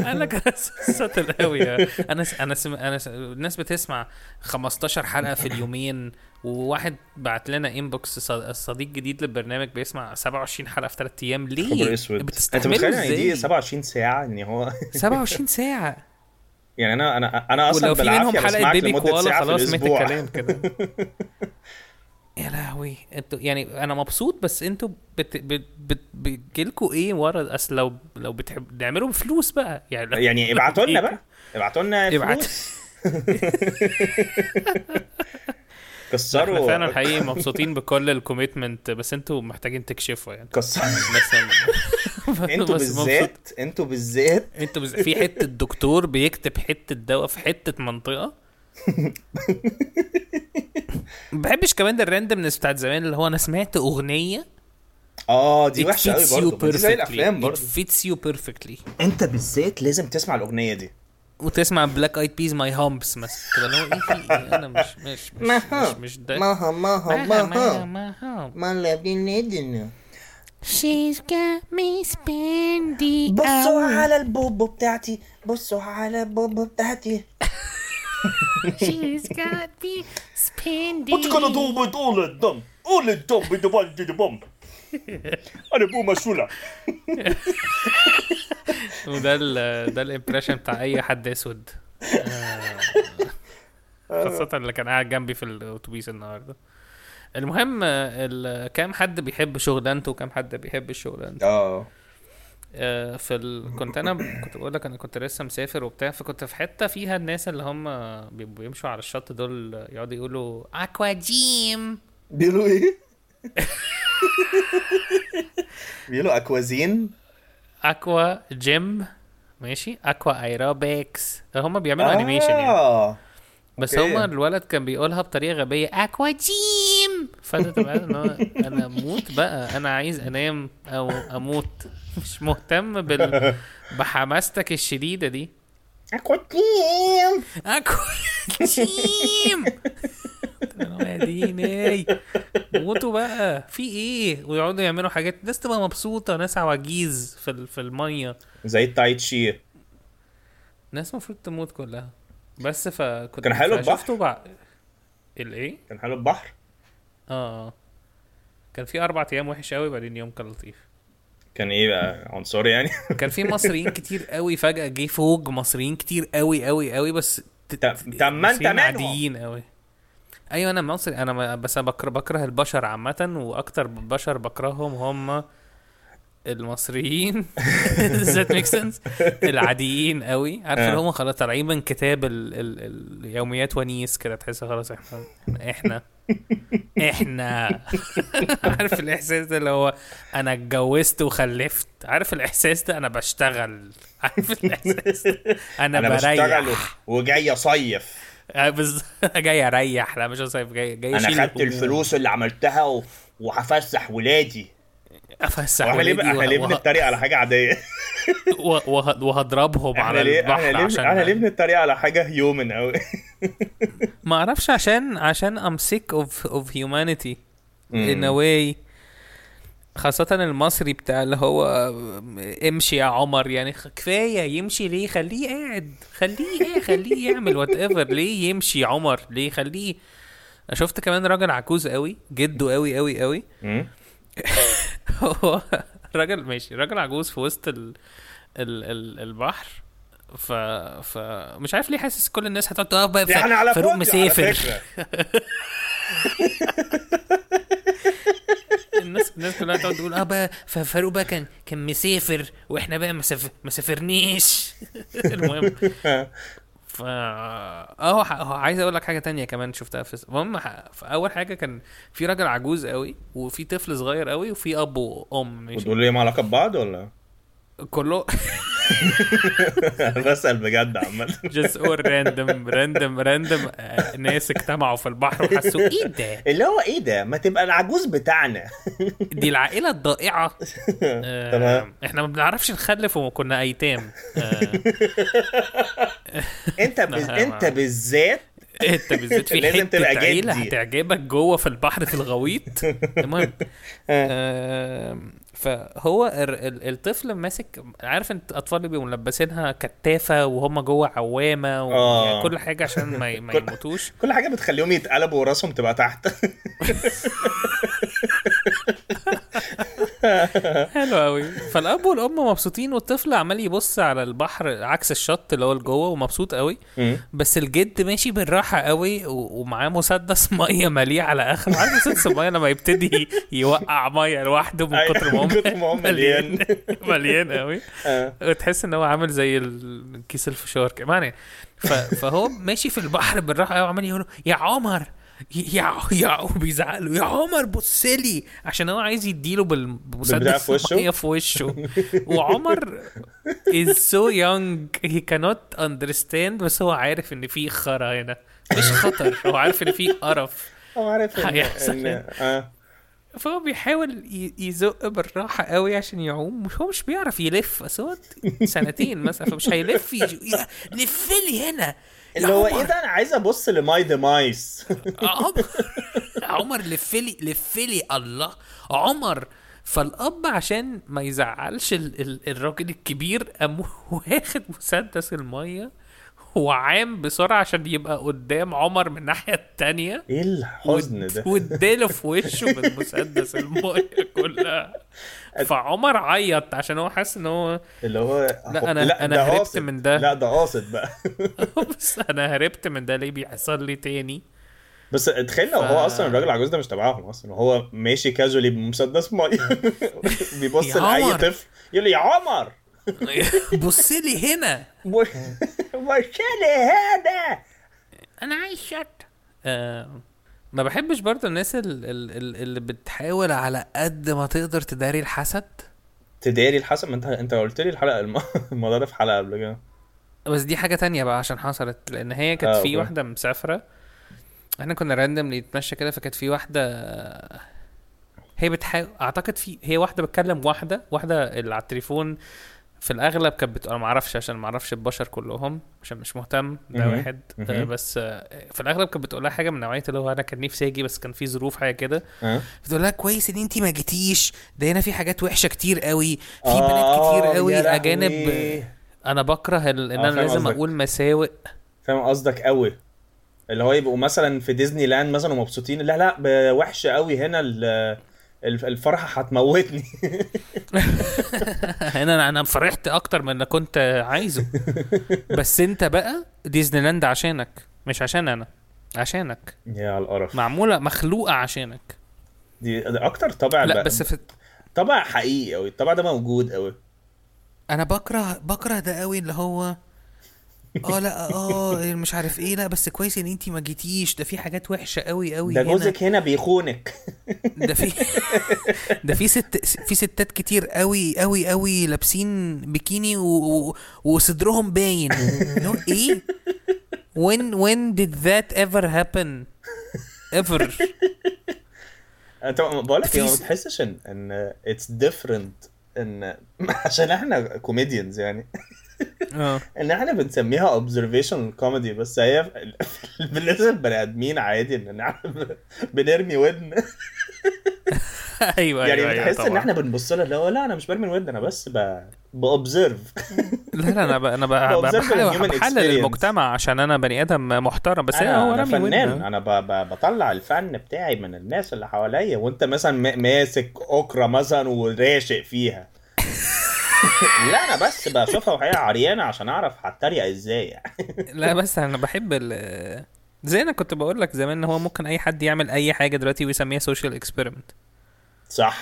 S1: قال لك ساتل قوي انا س... انا سم... انا س... الناس بتسمع 15 حلقه في اليومين وواحد بعت لنا انبوكس ص- صديق جديد للبرنامج بيسمع 27 حلقه في 3 ايام
S3: خبر
S1: ليه؟
S3: اسود انت
S1: بتستحمله
S3: متخيل يعني دي
S1: ازاي؟
S3: 27 ساعه ان هو
S1: 27 ساعه
S3: يعني انا انا انا اصلا
S1: ولو في منهم
S3: بالعافيه
S1: حلقه
S3: بسمعك
S1: بيبي
S3: لمده
S1: كوالا
S3: ساعه في
S1: خلاص مات
S3: الاسبوع
S1: الكلام كده يا لهوي انتوا يعني انا مبسوط بس انتوا بت... بت... بت... بتجيلكوا ايه ورا اصل لو لو بتحب نعملهم فلوس بقى يعني لو-
S3: يعني
S1: لو
S3: ابعتوا لنا
S1: إيه؟
S3: بقى ابعتوا لنا
S1: ابعت-
S3: فلوس
S1: احنا
S3: كسروا
S1: فعلا حقيقي مبسوطين بكل الكوميتمنت بس انتوا محتاجين تكشفوا يعني
S3: كسروا
S1: مثلا
S3: انتوا
S1: بس مبسوط.
S3: بالذات انتوا بالذات
S1: انتوا بز... في حته دكتور بيكتب حته دواء في حته منطقه ما بحبش كمان ده الراندمنس بتاعت زمان اللي هو انا سمعت اغنيه
S3: اه دي
S1: it
S3: وحشه
S1: fits
S3: قوي
S1: you
S3: برضه ما دي زي
S1: perfectly.
S3: الافلام برضه
S1: it fits you perfectly
S3: انت بالذات لازم تسمع الاغنيه دي
S1: وتسمع بلاك ايد بيز ماي هامبس مثلا كده اللي هو ايه في إيه؟ انا مش مش مش مش, مش ده
S2: Maha, maha,
S1: ما ما
S2: maha.
S1: ما هامب
S2: Malabin edin.
S4: She's got me spendy. Oh,
S2: بصوا على البوبو بتاعتي بصوا على البوبو بتاعتي
S4: She's got me spendy.
S3: with all of them all of them with the one to the bomb انا بقوم مسؤولة
S1: وده ال ده الامبريشن بتاع اي حد اسود آه، خاصة اللي كان قاعد جنبي في الاتوبيس النهارده المهم آه، ال- كام حد بيحب شغلانته وكام حد بيحب شغلانته
S3: اه
S1: آه، في ال... كنت انا كنت بقول لك انا كنت لسه مسافر وبتاع فكنت في حته فيها الناس اللي هم بيبقوا بيمشوا على الشط دول يقعدوا يقولوا اكوا جيم
S3: بيقولوا ايه بيقولوا اكوازين
S1: اكوا جيم ماشي اكوا ايروبكس هم بيعملوا
S3: آه.
S1: انيميشن يعني بس
S3: أوكي.
S1: هما الولد كان بيقولها بطريقه غبيه اكوا جيم فانت تبقى عارف ان هو انا اموت بقى انا عايز انام او اموت مش مهتم بال بحماستك الشديده دي
S3: اكوازين
S1: اكوا جيم يا ديني إيه؟" موتوا بقى في ايه ويقعدوا يعملوا حاجات ناس تبقى مبسوطه ناس عواجيز في ال- في الميه
S3: زي التاي تشي
S1: ناس المفروض تموت كلها بس فكنت
S3: كان حلو البحر؟
S1: فشفته بع... الايه
S3: كان حلو البحر
S1: اه كان في اربع ايام وحش قوي بعدين يوم كان لطيف
S3: كان ايه بقى عنصري يعني
S1: كان في مصريين كتير قوي فجاه جه فوج مصريين كتير قوي قوي قوي بس ت-
S3: طب-
S1: ت-
S3: طب ما انت
S1: مصريين
S3: منهم.
S1: عاديين قوي ايوه انا مصري انا ما- بس أنا بكره بكره البشر عامه واكتر بشر بكرههم هم المصريين ذات ميك سنس العاديين قوي عارف
S3: آه.
S1: اللي هم خلاص طالعين من كتاب ال ال اليوميات ونيس كده تحس خلاص احنا احنا احنا عارف الاحساس ده اللي هو انا اتجوزت وخلفت عارف الاحساس ده انا بشتغل عارف الاحساس ده انا,
S3: انا بشتغل
S1: بريح
S3: و- وجاي اصيف
S1: آه، بز- جاي اريح لا مش صيف جاي جاي
S3: انا
S1: أشيل
S3: خدت
S1: هموم.
S3: الفلوس اللي عملتها و... وهفسح ولادي
S1: افسح
S3: واحنا ليه
S1: ولادي
S3: بقى- احنا ليه
S1: وه-
S3: بنتريق على حاجه عاديه
S1: وه- وه- وهضربهم
S3: احنا
S1: على
S3: ليه
S1: البحر
S3: احنا ليه
S1: عشان
S3: احنا ليه بنتريق على حاجه هيومن قوي
S1: ما اعرفش عشان عشان ام سيك اوف اوف هيومانيتي ان واي خاصة المصري بتاع اللي هو امشي يا عمر يعني خ- كفاية يمشي ليه خليه قاعد خليه ايه خليه يعمل وات ايفر ليه يمشي يا عمر ليه خليه أنا شفت كمان راجل عجوز قوي جده قوي قوي قوي هو راجل ماشي راجل عجوز في وسط ال... ال... ال... البحر ف... ف مش عارف ليه حاسس كل الناس هتقعد تقف بقى ف-
S3: احنا على
S1: فاروق
S3: فاروق
S1: مسافر الناس الناس كلها تقعد تقول اه بقى ف- فاروق بقى كان كان مسافر واحنا بقى ما مساف... سافرنيش المهم ف اه هو ح- هو عايز اقول لك حاجه تانية كمان شفتها في المهم ح- فاول حاجه كان في راجل عجوز قوي وفي طفل صغير قوي وفي اب وام ماشي
S3: وتقول لي ما علاقه ببعض ولا
S1: كله
S3: بسال بجد عامه
S1: just all random random random آه، ناس اجتمعوا في البحر وحسوا ايه ده؟
S3: اللي هو ايه ده ما تبقى العجوز بتاعنا
S1: دي العائله الضائعه آه،
S3: تمام.
S1: احنا ما بنعرفش نخلف وكنا ايتام آه،
S3: انت بز... انت بالذات
S1: انت بالذات في
S3: لازم
S1: حته
S3: تبقى
S1: عيله
S3: جدي.
S1: هتعجبك جوه في البحر في الغويط المهم
S3: آه.
S1: آم، فهو ال- ال- الطفل ماسك عارف انت الاطفال اللي بيبقوا ملبسينها كتافه وهم جوه عوامه
S3: آه.
S1: وكل حاجه عشان ما ما
S3: كل-
S1: يموتوش
S3: كل حاجه بتخليهم يتقلبوا وراسهم تبقى تحت
S1: حلو قوي فالاب والام مبسوطين والطفل عمال يبص على البحر عكس الشط اللي هو لجوه ومبسوط قوي
S3: مم.
S1: بس الجد ماشي بالراحه قوي و- ومعاه مسدس ميه مليء على اخره عارف مسدس الميه لما يبتدي يوقع ميه لوحده من
S3: أيوة،
S1: كتر ما هو
S3: من كتر ما هو مليان.
S1: مليان قوي
S3: آه.
S1: وتحس ان هو عامل زي ال- كيس الفشار كمان يعني. ف... فهو ماشي في البحر بالراحه قوي وعمال يقول يا عمر يا يا وبيزعق له يا عمر بص لي عشان هو عايز يديله
S3: بالبتاع
S1: بالمسدس
S3: في وشه؟
S1: مية في وشه وعمر is so young he cannot understand بس هو عارف ان في خرا هنا مش خطر هو عارف ان في قرف
S3: هو عارف ان,
S1: هيحصل
S3: إن...
S1: يعني.
S3: آه.
S1: فهو بيحاول ي- يزق بالراحه قوي عشان يعوم مش هو مش بيعرف يلف اصل هو سنتين مثلا فمش هيلف يج- يا- لف لي هنا يا
S3: اللي هو
S1: عمر،
S3: ايه ده انا عايز ابص لماي ديمايس
S1: عمر عمر لف لي لف لي الله عمر فالاب عشان ما يزعلش ال- ال- الراجل الكبير قام واخد مسدس الميه وعام بسرعه عشان يبقى قدام عمر من الناحيه التانيه
S3: ايه الحزن ده
S1: واداله في وشه بالمسدس الميه كلها فعمر عيط عشان هو حاسس ان هو
S3: اللي هو
S1: لا، أنا- أنا
S3: ده
S1: هربت
S3: قاصد.
S1: من ده.
S3: لا ده قاصد بقى
S1: بس انا هربت من ده ليه بيحصل لي تاني
S3: بس تخيل لو هو اصلا الراجل العجوز ده مش تبعهم اصلا هو ماشي كاجولي بمسدس ميه بيبص
S1: يا
S3: لاي
S1: عمر.
S3: طفل يقول له يا عمر
S1: بص لي هنا
S3: بص لي هذا
S4: أنا عايز شط
S1: آه، ما بحبش برضه الناس ال- ال- ال- اللي بتحاول على قد ما تقدر تداري الحسد
S3: تداري الحسد ما انت انت قلت لي الحلقه الم- الموضوع ده في حلقه قبل كده
S1: بس دي حاجة تانية بقى عشان حصلت لأن هي كانت
S3: آه،
S1: في
S3: أوكي.
S1: واحدة مسافرة احنا كنا راندم نتمشى كده فكانت في واحدة هي بتحاول أعتقد في هي واحدة بتكلم واحدة واحدة اللي على التليفون في الأغلب كانت بت... أنا معرفش عشان معرفش البشر كلهم عشان مش مهتم ده
S3: مهم.
S1: واحد آه،
S3: مهم.
S1: بس آه، في الأغلب كانت بتقولها حاجة من نوعية اللي هو أنا كان نفسي أجي بس كان في ظروف حاجة كده
S3: ها
S1: بتقول لها كويس ان انت ما جيتيش ده هنا في حاجات وحشه كتير قوي في بنات
S3: آه،
S1: كتير قوي
S3: يا لهوي.
S1: اجانب انا بكره ال- ان
S3: آه،
S1: انا
S3: فاهم
S1: لازم
S3: قصدك.
S1: اقول مساوئ
S3: فاهم قصدك قوي اللي هو يبقوا مثلا في ديزني لاند مثلا ومبسوطين لا لا ب- وحشه قوي هنا ال- الف- الفرحه هتموتني
S1: هنا انا انا فرحت اكتر من اللي كنت عايزه بس انت بقى ديزني لاند عشانك مش عشان انا عشانك
S3: يا على القرف
S1: معموله مخلوقه عشانك
S3: دي ده اكتر طبع
S1: لا
S3: آه، بقى-
S1: بس في
S3: طبع حقيقي قوي الطبع ده موجود قوي
S1: انا بكره بكره ده قوي اللي هو اه لا اه مش عارف ايه لا بس كويس ان انت ما جيتيش ده في حاجات وحشه قوي قوي
S3: ده
S1: هنا.
S3: جوزك هنا بيخونك
S1: ده في ده في ست في ستات كتير قوي قوي قوي لابسين بيكيني و... و... وصدرهم باين نو ايه when when did that ever happen ever
S3: انت بقول لك إيه، ما
S1: في-
S3: بتحسش ان ان اتس ديفرنت ان عشان احنا كوميديانز يعني
S1: اه
S3: ان احنا بنسميها observational comedy بس هي في- بالنسبه للبني ادمين عادي ان احنا ب- بنرمي ودن
S1: ايوه
S3: يعني
S1: أيوة، أيوة،
S3: بتحس ان
S1: طبعاً.
S3: احنا بنبص لها اللي هو لا انا مش برمي الود انا بس ب... بأوبزرف
S1: لا لا انا ب... انا ب... ب...
S3: observe
S1: بحلل,
S3: the human
S1: بحلل
S3: experience.
S1: المجتمع عشان انا بني ادم محترم بس
S3: انا,
S1: هو
S3: أنا
S1: رامي ودن.
S3: فنان انا ب... ب... بطلع الفن بتاعي من الناس اللي حواليا وانت مثلا م... ماسك اوكرا مثلا وراشق فيها لا انا بس بشوفها وهي عريانه عشان اعرف هتريق ازاي يعني
S1: لا بس انا بحب ال زي انا كنت بقول لك زمان ان هو ممكن اي حد يعمل اي حاجه دلوقتي ويسميها سوشيال اكسبيرمنت
S3: صح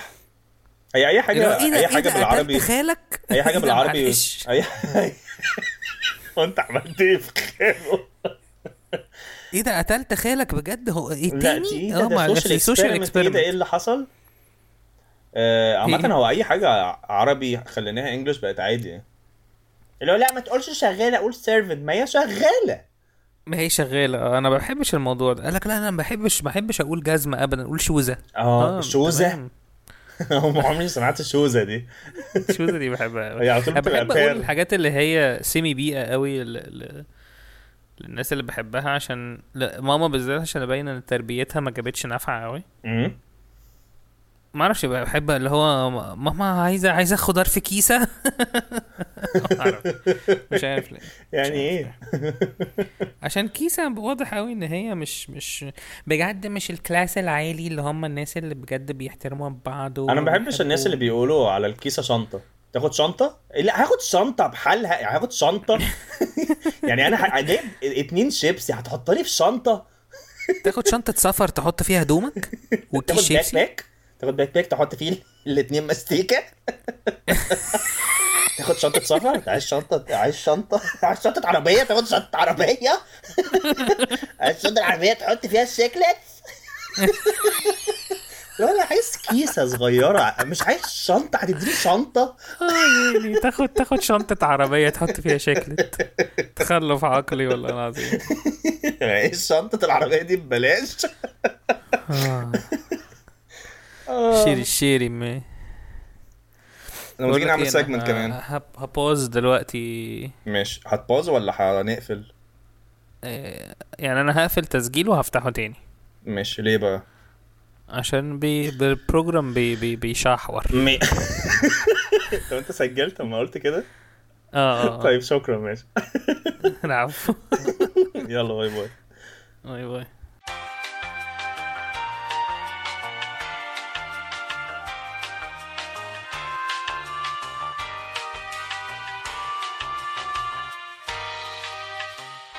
S3: هي اي
S1: إيه
S3: حاجه اي حاجه بالعربي
S1: خالك
S3: اي حاجه بالعربي
S1: معلش.
S3: اي وانت عملت ايه في خيره
S1: ايه ده قتلت خالك بجد هو ايه
S3: لا دي
S1: تاني
S3: ايه ده؟ ده
S1: معلش،
S3: سوشيال
S1: social
S3: اكسبيرمنت ايه ده
S1: experiment.
S3: ايه اللي حصل آه، عامة هو أي حاجة عربي خليناها انجلش بقت عادي يعني اللي هو لا ما تقولش شغالة قول سيرفنت ما هي شغالة
S1: ما هي شغاله آه، انا ما بحبش الموضوع ده قال لك لا انا ما بحبش ما بحبش اقول جزمه ابدا اقول شوزه
S3: اه شوزة
S1: آه، تمام.
S3: هم عمري ما سمعت الشوزة دي
S1: شوزة دي بحبها
S3: هي
S1: أوي.
S3: على طول
S1: انا
S3: بتبقى
S1: بحب اقول
S3: بير.
S1: الحاجات اللي هي سيمي بيئه قوي ل... ل... للناس اللي بحبها عشان لا ماما بالذات عشان ابين ان تربيتها ما جابتش نافعه قوي
S3: مم.
S1: ما اعرفش بقى بحب اللي هو م- ماما عايزه عايزه خضار في كيسه ما أعرف. مش عارف ليه
S3: يعني ايه
S1: عشان كيسة واضح قوي ان هي مش مش بجد مش الكلاس العالي اللي هم الناس اللي بجد بيحترموا بعض
S3: انا ما بحبش الناس اللي بيقولوا على الكيسه شنطه تاخد شنطه لا هاخد شنطه بحالها يعني هاخد شنطه يعني انا ه- هجيب اتنين شيبسي هتحطها لي في شنطه
S1: تاخد شنطة سفر تحط فيها هدومك
S3: تاخد
S1: وكيس
S3: باك
S1: شيبسي
S3: باك تاخد باك باك تحط فيه ال- الاتنين مستيكه تاخد شنطه سفر عايز شنطه عايز شنطه عايز شنطه عربيه تاخد شنطه عربيه عايز شنطه عربيه تحط فيها الشيكلت لا انا عايز كيسه صغيره مش عايز شنطه هتديني شنطه
S1: اه يعني تاخد تاخد شنطة عربية تحط فيها شكلت تخلف عقلي والله العظيم
S3: ايه شنطة العربية دي ببلاش
S1: آه.
S3: آه.
S1: شيري شيري ما إيه،
S3: احنا محتاجين نعمل سيجمنت كمان
S1: هبوز دلوقتي
S3: ماشي هتباظ ولا هنقفل؟
S1: آه، يعني انا هقفل تسجيل وهفتحه تاني
S3: ماشي ليه بقى؟
S1: عشان بي بالبروجرام بي بي بيشحور
S3: مي طب انت سجلت لما قلت كده؟
S1: اه آه،
S3: طيب شكرا ماشي
S1: آه العفو
S3: يلا باي باي
S1: باي باي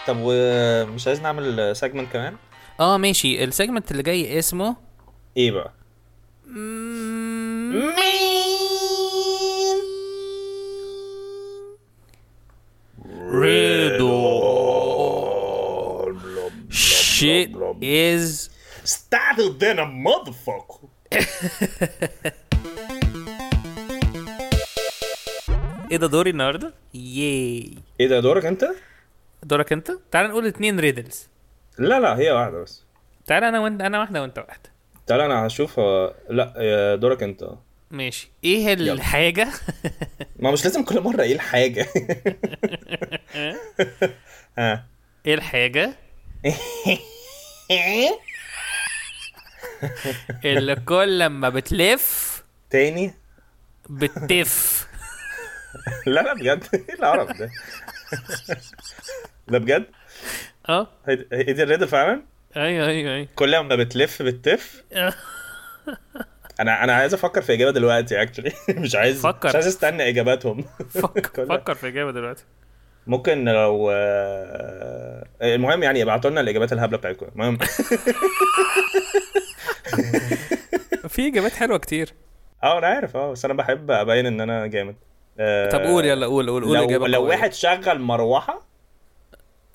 S3: طب ومش عايز نعمل سيجمنت كمان؟
S1: اه ماشي السيجمنت اللي جاي اسمه
S3: ايه بقى؟
S1: رضا shit is
S3: ستارت ذن ا ماذر فاكر
S1: ايه ده دوري النهارده؟ ياي
S3: ايه ده دورك انت؟
S1: دورك انت؟ تعال نقول اتنين ريدلز
S3: لا لا هي واحدة بس
S1: تعال انا وانت انا واحده وانت واحده
S3: تعالى انا هشوف آه، لا آه، دورك انت
S1: ماشي ايه الحاجه
S3: ما مش لازم كل مرة ايه الحاجة ها
S1: ايه الحاجه اللي كل لما بتلف
S3: تاني
S1: بتف
S3: لا لا بجد ايه العرب ده ده بجد
S1: اه
S3: هي دي- هي دي الريدل فعلا
S1: ايوه ايوه ايوه
S3: كل ما بتلف بتف انا انا عايز افكر في اجابه دلوقتي اكشلي مش عايز
S1: فكر.
S3: مش عايز استنى اجاباتهم
S1: فكر
S3: كل-
S1: فكر في اجابه دلوقتي
S3: ممكن لو آه، المهم يعني ابعتوا لنا الاجابات الهبله بتاعتكم المهم
S1: في اجابات حلوه كتير
S3: اه انا عارف اه بس انا بحب ابين ان انا جامد آه،
S1: طب قول يلا قول قول قول
S3: لو
S1: اجابه
S3: لو
S1: قوية.
S3: واحد شغل مروحه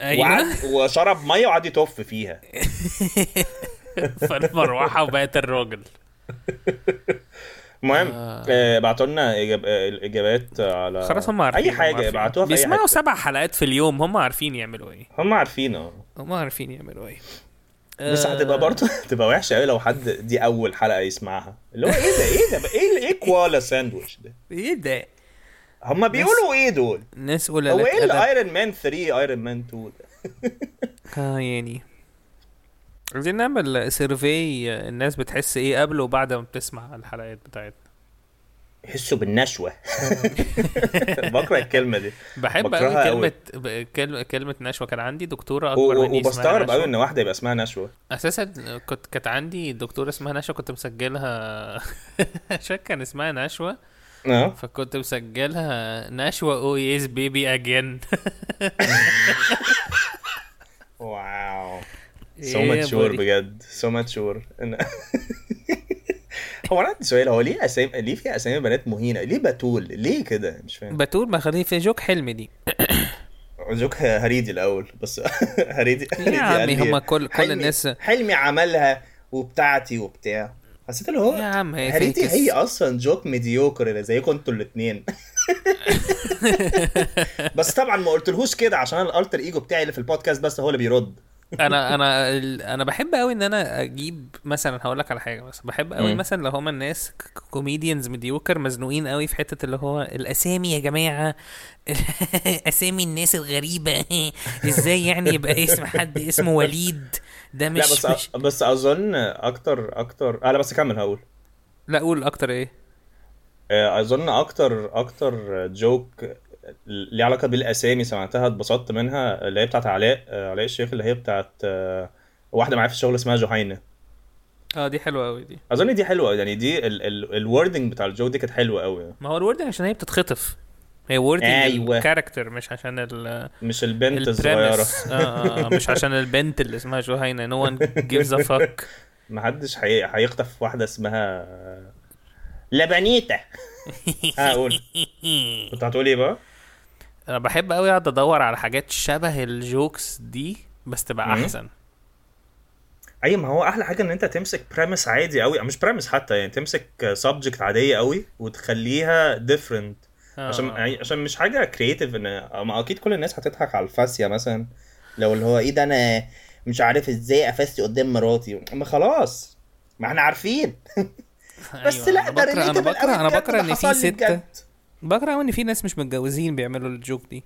S1: ايوه
S3: وقعد وشرب ميه وقعد يطف فيها
S1: فالمروحه وبقت الراجل
S3: المهم
S1: آه.
S3: آه، ابعتوا لنا إجاب... آه، الاجابات على
S1: خلاص هم عارفين
S3: اي
S1: هم
S3: حاجه
S1: عارفين.
S3: آه. ابعتوها في اي
S1: بيسمعوا
S3: حاجه
S1: سبع حلقات في اليوم هم عارفين يعملوا ايه
S3: هم عارفين اه
S1: هم عارفين يعملوا ايه
S3: بس
S1: آه،
S3: هتبقى برضه هتبقى وحشه قوي لو حد دي اول حلقه يسمعها اللي هو ايه ده ايه ده ايه ال- ايه كوالا ساندويتش ده
S1: ايه ده
S3: هم بيقولوا ايه دول
S1: ناس
S3: هو
S1: قلالات
S3: ايه
S1: أدب.
S3: الايرون مان 3 ايرون مان 2 ده آه.
S1: اه يعني عايزين نعمل سيرفي الناس بتحس ايه قبل وبعد ما بتسمع الحلقات بتاعتنا
S3: يحسوا بالنشوه بكره الكلمه دي
S1: بحب
S3: بكرهها
S1: قوي
S3: قوي.
S1: كلمة ب- كلمة كلمة نشوة كان عندي دكتورة
S3: و-
S1: أكبر
S3: و-
S1: مني اسمها
S3: وبستغرب
S1: نشوة.
S3: قوي ان واحده يبقى اسمها نشوه
S1: اساسا كنت كانت عندي دكتوره اسمها نشوى كنت مسجلها عشان كان اسمها نشوى آه.
S3: اه
S1: فكنت مسجلها نشوى او يس بيبي اجين
S3: واو سو
S1: إيه،
S3: ماتشور بجد سو ماتشور هو انا عندي سؤال هو ليه اسامي ليه في اسامي بنات مهينه ليه بتول ليه كده مش فاهم
S1: بتقول ما خليه في جوك حلمي دي
S3: زوج هريدي الاول بس هريدي هريدي
S1: عمي،
S3: قال لي
S1: هما كل- كل
S3: حلمي-
S1: الناس-
S3: حلمي عملها وبتاعتي وبتاع حسيت اللي هو
S1: يا عم هي
S3: هريتي
S1: فاكس.
S3: هي اصلا جوك ميديوكر زيكم انتوا الاثنين بس طبعا ما قلتلهوش كده عشان الالتر ايجو بتاعي اللي في البودكاست بس هو اللي بيرد
S1: انا انا ال- انا بحب قوي ان انا اجيب مثلا هقول لك على حاجه مثلا بحب قوي
S3: مم.
S1: مثلا لو هما الناس ك- كوميديانز مديوكر مزنوقين قوي في حته اللي هو الاسامي يا جماعه اسامي الناس الغريبه ازاي يعني يبقى اسم حد اسمه وليد ده
S3: لا
S1: مش
S3: بس
S1: مش
S3: أ... بس اظن اكتر اكتر اه لا بس كمل هقول
S1: لا قول اكتر ايه
S3: آه، اظن اكتر اكتر جوك ليه علاقه بالاسامي سمعتها اتبسطت منها اللي هي بتاعت علاء آه، علاء الشيخ اللي هي بتاعت آه، واحده معايا في الشغل اسمها جهينه
S1: اه دي حلوه قوي دي
S3: اظن دي حلوه يعني دي الوردنج بتاع الجوك دي كانت حلوه قوي
S1: ما هو الورد عشان هي بتتخطف هي وردنج
S3: أيوة.
S1: الكاركتر مش عشان ال
S3: مش البنت الصغيره
S1: البريمس آه، آه آه، مش عشان البنت اللي اسمها جوهينة نو ون جيفز ا فاك
S3: محدش هي- هيخطف واحده اسمها آه، لبنيتا هقول آه، كنت هتقول ايه بقى؟
S1: انا بحب قوي اقعد ادور على حاجات شبه الجوكس دي بس تبقى
S3: مم.
S1: احسن
S3: اي أيوة، ما هو احلى حاجه ان انت تمسك بريمس عادي قوي مش بريمس حتى يعني تمسك سبجكت عاديه قوي وتخليها ديفرنت
S1: آه.
S3: عشان يعني عشان مش حاجه كرييتيف ان آه، ما اكيد كل الناس هتضحك على الفاسيه مثلا لو اللي هو ايه ده انا مش عارف ازاي افسي قدام مراتي ما خلاص ما احنا عارفين بس
S1: أيوة،
S3: لا
S1: أنا
S3: ده
S1: بكره
S3: relatable قوي
S1: انا بكره انا
S3: بجد،
S1: بكره
S3: ده
S1: ان في
S3: حصل لي
S1: ستة
S3: بجد.
S1: بكره أوي ان في ناس مش متجوزين بيعملوا الجوك دي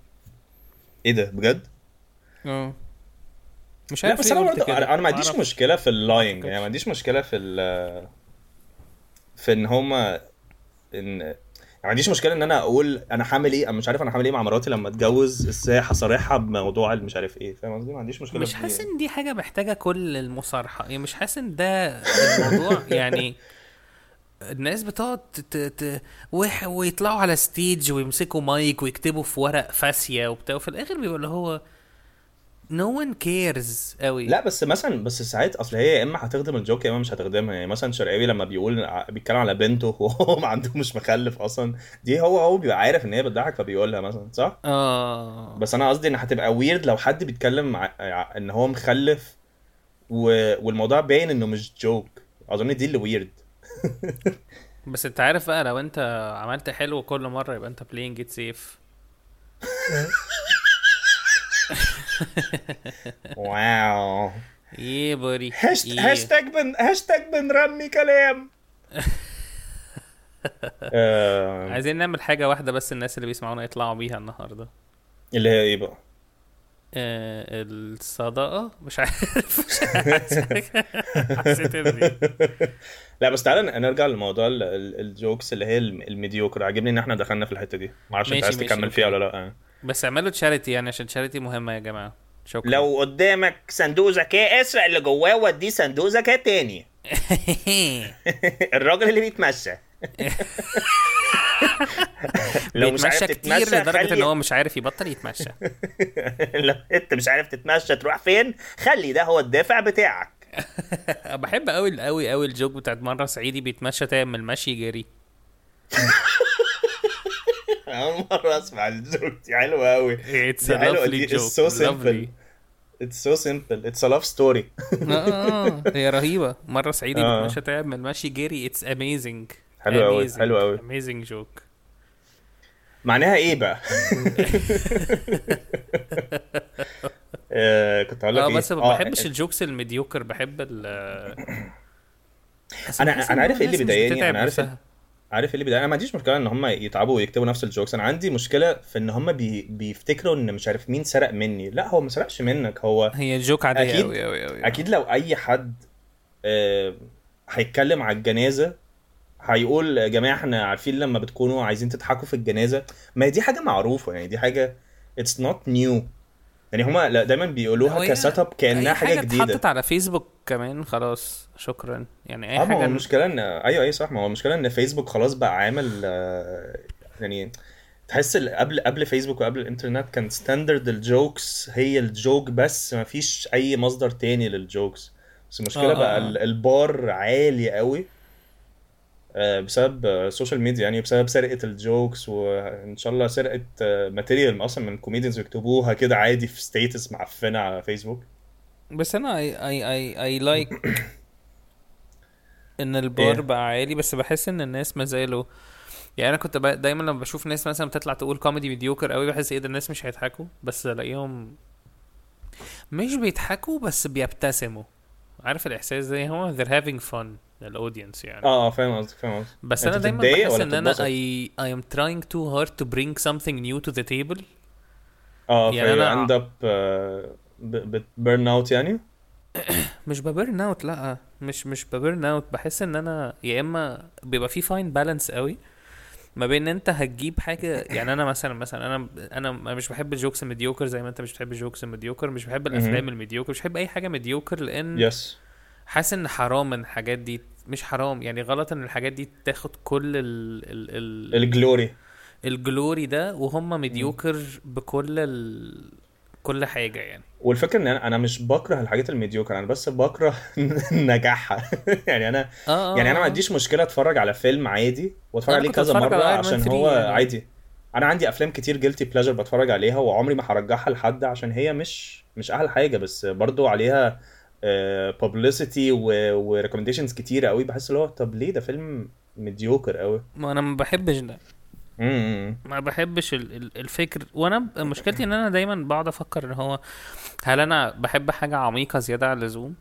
S3: ايه ده بجد؟
S1: اه مش
S3: آه. لا
S1: عارف
S3: بس
S1: ليه
S3: انا
S1: إيه قلت
S3: برضه
S1: كده.
S3: انا أنا ما عنديش
S1: أعرف.
S3: مشكله في اللاينج يعني
S1: أعرف.
S3: ما عنديش مشكله في ال في ان هما ان ما عنديش مشكله ان انا اقول انا هعمل ايه انا مش عارف انا هعمل ايه مع مراتي لما اتجوز ازاي هصارحها بموضوع اللي مش عارف ايه فاهم قصدي ما عنديش مشكله
S1: مش
S3: في دي
S1: حاسس
S3: يعني.
S1: ان دي حاجه محتاجه كل المصارحه يعني مش حاسس ان ده الموضوع يعني الناس بتقعد ت... ت... وح... ويطلعوا على ستيج ويمسكوا مايك ويكتبوا في ورق فاسيه وبتاع وفي الاخر بيبقى اللي هو نو ون كيرز قوي
S3: لا بس مثلا بس ساعات اصل هي يا اما هتخدم الجوك يا اما مش هتخدمها يعني مثلا شرقاوي لما بيقول بيتكلم على بنته وهو ما عنده مش مخلف اصلا دي هو هو بيبقى عارف ان هي بتضحك فبيقولها مثلا صح؟
S1: اه
S3: بس انا قصدي ان هتبقى ويرد لو حد بيتكلم ع... ع- ان هو مخلف و... والموضوع باين انه مش جوك اظن دي اللي ويرد
S1: بس انت عارف بقى لو انت عملت حلو كل مره يبقى انت بلاينج ات سيف
S3: واو
S1: ايه بوري
S3: هاشت...
S1: إيه.
S3: هاشتاج بن هاشتاج بنرمي كلام آه...
S1: عايزين نعمل حاجه واحده بس الناس اللي بيسمعونا يطلعوا بيها النهارده
S3: اللي هي ايه بقى؟
S1: آه، الصداقة مش عارف مش عارف. حسيت اني
S3: لا بس تعالى ن- نرجع لموضوع ال- ال- الجوكس اللي هي الم- الميديوكر عاجبني ان احنا دخلنا في الحته دي معرفش انت
S1: ماشي،
S3: عايز
S1: ماشي،
S3: تكمل فيها
S1: أوكي.
S3: ولا لا
S1: بس اعملوا تشاريتي يعني عشان تشاريتي مهمة يا جماعة شكرا
S3: قدامك صندوق ذكاء اسرق اللي جواه وديه صندوق ذكاء تاني الراجل اللي بيتمشى
S1: بيتمشى كتير لدرجة ان هو مش عارف يبطل يتمشى
S3: لو انت مش عارف تتمشى تروح فين خلي ده هو الدافع بتاعك
S1: بحب قوي قوي قوي الجوك بتاعت مرة صعيدي بيتمشى تايه من المشي جري
S3: اول مره اسمع الجوك دي حلوه قوي
S1: It's
S3: دي
S1: a
S3: حلوة،
S1: lovely
S3: دي
S1: joke
S3: it's so
S1: lovely
S3: simple it's so simple it's a love story
S1: آه، آه، هي رهيبة مرة صعيدي
S3: آه.
S1: بيتمشى تايه من المشي جري it's amazing
S3: حلو أوي،
S1: Amazing.
S3: حلو أوي.
S1: amazing joke
S3: معناها ايه بقى؟ آه، كنت هقول لك
S1: اه
S3: ايه؟
S1: بس ما بحبش
S3: آه،
S1: الجوكس الميديوكر بحب ال بس
S3: أنا-
S1: بحس
S3: أنا
S1: إن
S3: عارف إيه
S1: الناس
S3: اللي
S1: مش
S3: بيضايقني،
S1: بتتعب
S3: أنا عارف
S1: نفسها.
S3: عارف ايه اللي بيضايقني؟ انا ما عنديش مشكله ان هم يتعبوا ويكتبوا نفس الجوكس انا عندي مشكله في ان هم بي... بيفتكروا ان مش عارف مين سرق مني لا هو ما سرقش منك هو
S1: هي جوك عادية
S3: أكيد-
S1: أوي أوي أوي
S3: اكيد لو اي حد آه، هيتكلم على الجنازه هيقول يا جماعه احنا عارفين لما بتكونوا عايزين تضحكوا في الجنازه ما هي دي حاجه معروفه يعني دي حاجه اتس نوت نيو يعني هما لا، دايما بيقولوها كسيت اب كانها
S1: أي
S3: حاجه جديده
S1: اتحطت على فيسبوك كمان خلاص شكرا يعني أي
S3: اه ما هو
S1: حاجة
S3: المشكله ان ايوه ايوه صح ما هو المشكله ان فيسبوك خلاص بقى عامل آه، يعني تحس ال- قبل قبل فيسبوك وقبل الانترنت كان ستاندرد الجوكس هي الجوك بس ما فيش اي مصدر تاني للجوكس بس المشكله
S1: آه،
S3: بقى
S1: آه.
S3: ال- البار عالي قوي آه، بسبب آه، السوشيال ميديا يعني بسبب سرقه الجوكس وان شاء الله سرقه ماتيريال اصلا من كوميديانز بيكتبوها كده عادي في ستيتس معفنه على فيسبوك
S1: بس أنا أي أي أي أي لايك ان البار
S3: إيه.
S1: بقى عالي بس بحس ان الناس ما زالوا يعني انا كنت بقى دايما لما بشوف ناس مثلا بتطلع تقول كوميدي ميديوكر قوي بحس ايه ده الناس مش هيضحكوا بس الاقيهم مش بيضحكوا بس بيبتسموا عارف الاحساس ده هو they're having fun الاودينس يعني
S3: اه اه فاهم قصدك فاهم قصدك
S1: بس
S3: أنت
S1: انا دايما
S3: بتتضايق
S1: بحس
S3: ولا
S1: ان انا
S3: بتتبسط؟
S1: I, I am trying too hard to bring something new to the table
S3: اه
S1: يعني
S3: يعني
S1: أنا-
S3: اند اب آه، بيرن اوت يعني
S1: مش ببرن اوت لا مش مش ببرن اوت بحس ان انا يا اما بيبقى في فاين بالانس قوي ما بين ان انت هتجيب حاجه يعني انا مثلا مثلا انا انا أنا مش بحب الجوكس الميديوكر زي ما انت مش بتحب الجوكس الميديوكر مش بحب
S3: مهم.
S1: الافلام الميديوكر مش بحب اي حاجه ميديوكر لان
S3: يس
S1: حاسس ان حرام ان الحاجات دي مش حرام يعني غلط ان الحاجات دي تاخد كل ال ال ال
S3: الجلوري
S1: الجلوري ده وهم ميديوكر بكل ال كل حاجه يعني
S3: والفكره ان انا أنا مش بكره الحاجات الميديوكر انا بس بكره نجاحها يعني انا
S1: اه آه،
S3: يعني انا ما
S1: آه.
S3: عنديش مشكله اتفرج على فيلم عادي واتفرج
S1: أنا
S3: عليه
S1: كنت
S3: كذا
S1: بتفرج
S3: مره
S1: على Iron Man
S3: عشان
S1: 3
S3: هو
S1: يعني.
S3: عادي انا عندي افلام كتير جيلتي بلاجر بتفرج عليها وعمري ما هرجعها لحد عشان هي مش مش احلى حاجه بس برضو عليها آه، بابليستي وريكومنديشنز كتيره قوي بحس اللي هو طب ليه ده فيلم مديوكر قوي
S1: ما انا ما بحبش ده
S3: امم
S1: ما بحبش ال- ال- الفكر وانا ب- مشكلتي ان انا دايما بقعد افكر ان هو هل انا بحب حاجه عميقه زياده عن اللزوم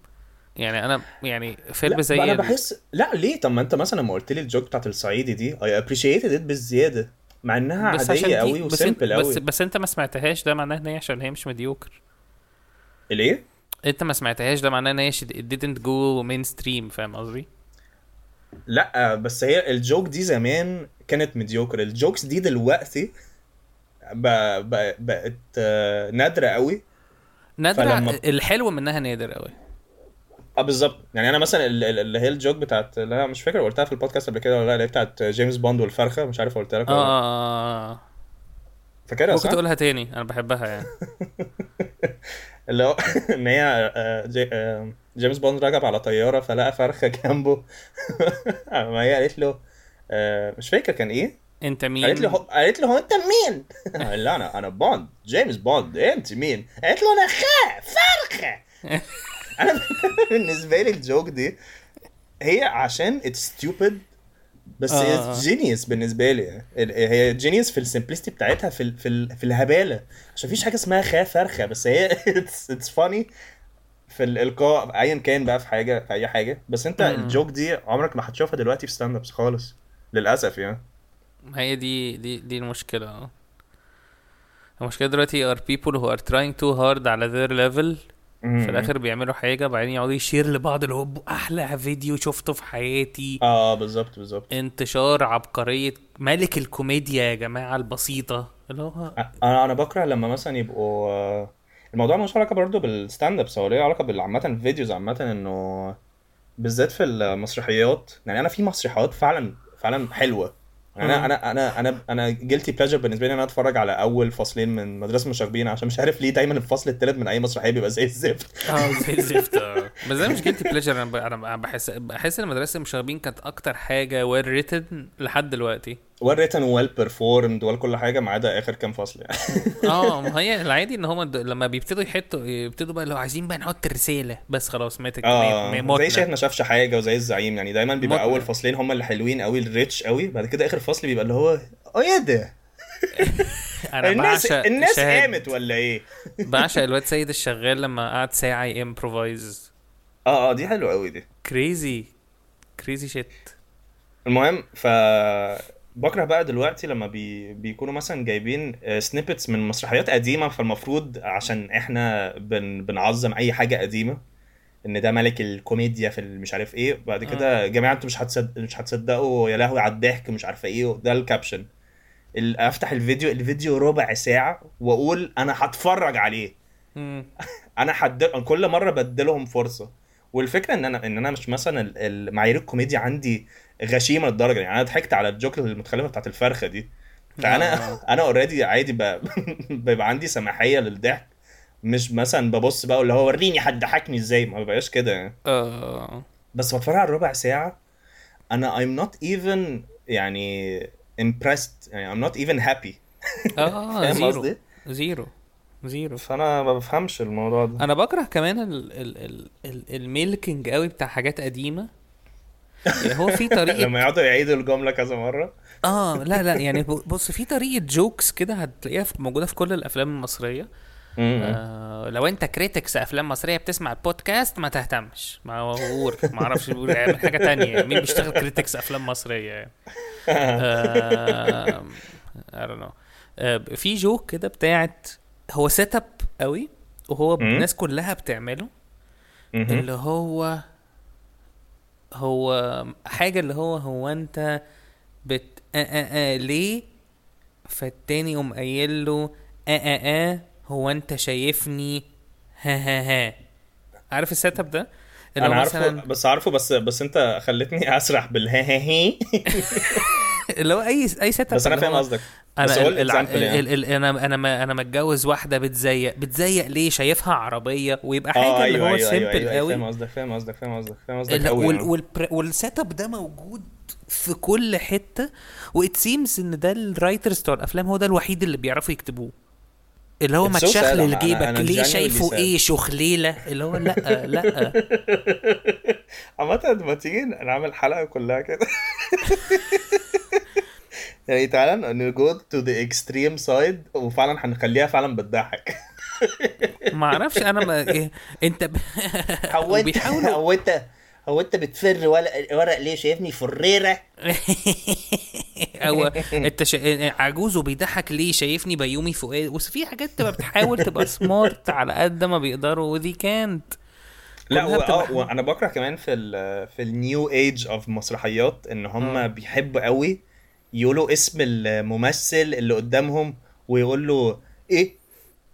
S1: يعني انا يعني فيلم
S3: لا
S1: زي
S3: انا
S1: ال-
S3: بحس لا ليه طب ما انت مثلا لما قلت لي الجوك بتاعت الصعيدي دي اي ابريشيتد ات بالزياده مع انها عاديه
S1: دي-
S3: قوي
S1: بس انت
S3: وسيمبل
S1: بس,
S3: قوي
S1: بس انت ما سمعتهاش ده معناه ان هي عشان هي مش مديوكر
S3: ليه
S1: انت ما سمعتهاش ده معناه ان هي شد- it didn't go mainstream فاهم قصدي؟
S3: لا بس هي الجوك دي زمان كانت مديوكر الجوكس دي دلوقتي بق- بق- بقت آه، نادره قوي
S1: نادرة
S3: فلما-
S1: الحلو منها نادر قوي
S3: اه بالظبط يعني انا مثلا ال- ال- اللي هي الجوك بتاعت اللي انا مش فاكر قلتها في البودكاست قبل كده ولا لا اللي هي بتاعت جيمس بوند والفرخه مش عارف قلتها لك
S1: اه
S3: ولا لا.
S1: آه، آه، آه.
S3: فاكرها
S1: ممكن
S3: صح؟
S1: تقولها تاني انا بحبها يعني
S3: اللي هو ان هي آه، جي- آه، جيمس بوند ركب على طياره فلقى فرخه جنبه ما هي قالت له آه، مش فاكر كان ايه
S1: انت مين؟
S3: قالت له هو- قالت له هو انت مين؟ قال لها انا انا بوند جيمس بوند انت مين؟ قالت له انا خا فرخه انا بالنسبه لي الجوك دي هي عشان اتس ستيوبد بس
S1: آه.
S3: اتس جينيوس بالنسبه لي ال- هي جينيوس في السمبلستي بتاعتها في ال في, ال في الهباله عشان مفيش حاجه اسمها خا فرخه بس هي اتس اتس فاني في الالقاء ايا كان بقى في حاجه في اي حاجه بس انت الجوك دي عمرك ما هتشوفها دلوقتي في ستاند ابس خالص للاسف يعني
S1: هي دي دي دي المشكلة اه المشكلة دلوقتي are people who are trying too hard على their level في الآخر بيعملوا حاجة بعدين يقعدوا يشير لبعض اللي هو أحلى فيديو شفته في حياتي
S3: اه بالظبط بالظبط
S1: انتشار عبقرية ملك الكوميديا يا جماعة البسيطة اللي هو
S3: انا انا بكره لما مثلا يبقوا آه، الموضوع ملوش علاقه برضه بالستاند اب هو ليه علاقه بالعامه الفيديوز عامه انه بالذات في المسرحيات يعني انا في مسرحيات فعلا فعلا حلوه يعني انا انا انا انا انا جيلتي بلاجر بالنسبه لي ان انا اتفرج على اول فصلين من مدرسه مشاغبين عشان مش عارف ليه دايما الفصل الثالث من اي مسرحيه بيبقى زي الزفت
S1: اه زي الزفت اه بس انا مشكلتي بليجر انا ب- انا ب- أنا بحس بحس ان مدرسة المشاغبين كانت اكتر حاجة well written لحد دلوقتي
S3: ويل ريتن ويل بيرفورمد ويل كل حاجه ما عدا اخر كام فصل يعني
S1: اه ما هي العادي ان هم لما بيبتدوا يحطوا يبتدوا بقى لو عايزين بقى نحط الرساله بس خلاص ماتت مات-
S3: اه زي شاهد
S1: ماتنا
S3: ما شافش حاجه وزي الزعيم يعني دايما بيبقى
S1: متنا.
S3: اول فصلين هما اللي حلوين قوي الريتش قوي بعد كده اخر فصل بيبقى اللي هو اه يا ده
S1: انا
S3: الناس
S1: بعشق
S3: الناس
S1: شاهد-
S3: قامت ولا ايه
S1: بعشق الواد سيد الشغال لما قعد ساعه يمبروفايز
S3: اه اه دي حلوه قوي دي
S1: كريزي كريزي شيت
S3: المهم ف بكره بقى دلوقتي لما بي... بيكونوا مثلا جايبين سنيبتس من مسرحيات قديمه فالمفروض عشان احنا بن... بنعظم اي حاجه قديمه ان ده ملك الكوميديا في ال- مش عارف ايه بعد كده يا جماعه انتوا مش هتصد... مش هتصدقوا يا لهوي على الضحك مش عارفه ايه ده الكابشن ال... افتح الفيديو الفيديو ربع ساعه واقول انا هتفرج عليه انا حد كل مره بديلهم فرصه والفكره ان انا ان انا مش مثلا ال- ال- معايير الكوميديا عندي غشيمه للدرجه يعني انا ضحكت على الجوك المتخلفه بتاعت الفرخه دي فانا انا اوريدي عادي ب- بيبقى عندي سماحيه للضحك مش مثلا ببص بقى اللي هو وريني هتضحكني ازاي ما بقاش كده يعني
S1: اه
S3: بس بتفرج على ربع ساعه انا I'm not even يعني impressed يعني I'm not even happy
S1: اه
S3: فاهم
S1: زيرو
S3: قصدي؟
S1: زيرو زيرو
S3: فانا ما بفهمش الموضوع ده
S1: انا بكره كمان ال ال ال ال الميلكينج قوي بتاع حاجات قديمه يعني هو في طريقه
S3: لما يقعدوا يعيدوا الجمله كذا مره
S1: اه لا لا يعني ب- بص في طريقه جوكس كده هتلاقيها في- موجوده في كل الافلام المصريه آه لو انت كريتكس افلام مصريه بتسمع البودكاست ما تهتمش ما هو غور ما اعرفش بيقول يعمل حاجه تانية مين بيشتغل كريتكس افلام مصريه يعني آه I don't know. آه في جوك كده بتاعت هو سيت اب قوي وهو
S3: مم.
S1: الناس كلها بتعمله
S3: مهم.
S1: اللي هو هو حاجة اللي هو هو انت بت آه آه آه ليه فالتاني يقوم قايل له آه آه آه هو انت شايفني ها ها ها عارف السيت اب ده؟ اللي هو
S3: انا عارفه
S1: مثلا
S3: بس عارفه بس بس انت خلتني اسرح بالها ها هي آه،
S1: اللي هو اي اي سيت اب
S3: بس انا
S1: اللي
S3: فاهم
S1: هو
S3: قصدك بس
S1: انا
S3: هو
S1: ال- ال-
S3: الexample يعني.
S1: ال- ال- انا انا ما انا متجوز واحده بتزيق بتزيق ليه شايفها عربيه ويبقى حاجه
S3: اه
S1: اللي
S3: ايوه
S1: هو
S3: ايوه ايوه
S1: سيمبل
S3: ايوه
S1: قوي
S3: فاهم قصدك فاهم قصدك فاهم قصدك فاهم قصدك
S1: لا
S3: قوي
S1: وال
S3: آه.
S1: والبر... والسيت اب ده موجود في كل حته وات سيمز ان ده الرايترز بتوع الافلام هو ده الوحيد اللي بيعرفوا يكتبوه اللي هو
S3: It's
S1: ما
S3: so sad. أنا-
S1: تشخلل
S3: أنا-
S1: جيبك
S3: أنا
S1: ليه
S3: genuinely
S1: شايفه
S3: sad.
S1: ايه شخليله اللي هو لا لا
S3: عامة ما تيجي نعمل حلقة كلها كده يعني تعالى نجو تو ذا اكستريم سايد وفعلا هنخليها فعلا بتضحك
S1: ما اعرفش انا ما إيه، انت ب...
S5: هو انت
S1: وبيحاولوا
S5: هو انت هو انت بتفر ورق ورق ليه شايفني فريره
S1: او انت شا... إيه، عجوز وبيضحك ليه شايفني بيومي فؤاد بس في حاجات تبقى بتحاول تبقى سمارت على قد ما بيقدروا ودي كانت
S3: لا
S1: كلها
S3: و...
S1: بتبقى
S3: آه، وانا بكره كمان في ال في النيو ايج اوف مسرحيات ان هم بيحبوا قوي يقولوا اسم الممثل اللي قدامهم ويقول له ايه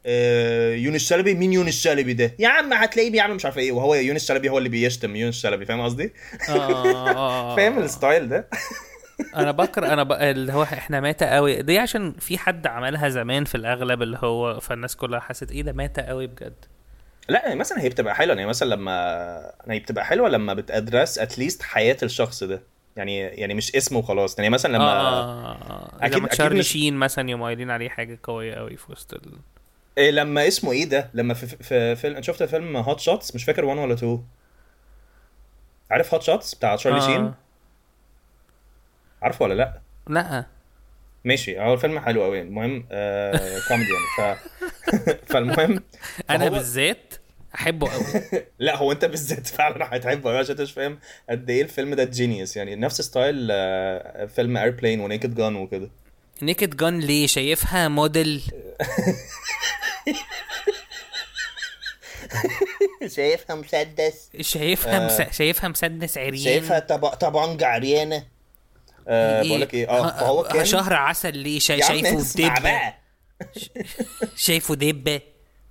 S3: آه يونس شلبي مين يونس شلبي ده يا عم هتلاقيه بيعمل مش عارف ايه وهو يونس شلبي هو اللي بيشتم يونس شلبي فاهم قصدي
S1: اه
S3: فاهم الستايل ده
S1: انا بكره انا بقى اللي هو احنا ماتة قوي دي عشان في حد عملها زمان في الاغلب اللي هو فالناس كلها حست ايه ده ماتة قوي بجد
S3: لا يعني مثلا هي بتبقى حلوه يعني مثلا لما يعني هي بتبقى حلوه لما بتادرس اتليست حياه الشخص ده يعني يعني مش اسمه وخلاص يعني مثلا لما آه.
S1: آه
S3: أكيد-
S1: أكيد لما
S3: أكيد
S1: تشارلي
S3: مش-
S1: شين مثلا يوم قايلين عليه حاجه قويه قوي في وسط ال...
S3: إيه لما اسمه ايه ده لما في في فيلم شفت فيلم هوت شوتس مش فاكر 1 ولا 2 عارف هوت شوتس بتاع تشارلي آه. شين عارفه ولا لا
S1: لا
S3: ماشي هو الفيلم حلو قوي المهم آه كوميدي يعني ف... فالمهم
S1: انا
S3: فهو-
S1: بالذات احبه قوي
S3: لا هو انت بالذات فعلا هتحبه قوي عشان انت مش فاهم قد ايه الفيلم ده جينيوس يعني نفس ستايل آه، فيلم ايربلين ونيكد جان وكده
S1: نيكد جان ليه شايفها موديل
S5: شايفها مسدس
S1: شايفها
S3: آه.
S1: مس... شايفها مسدس عريان
S5: شايفها طب... طبعا عريانه
S3: أه
S1: إيه؟
S3: بقول لك ايه اه فهو كان
S1: شهر عسل ليه شا...
S3: يا عم
S1: شايفه
S3: اسمع
S1: دبه
S3: بقى
S1: شايفه دبه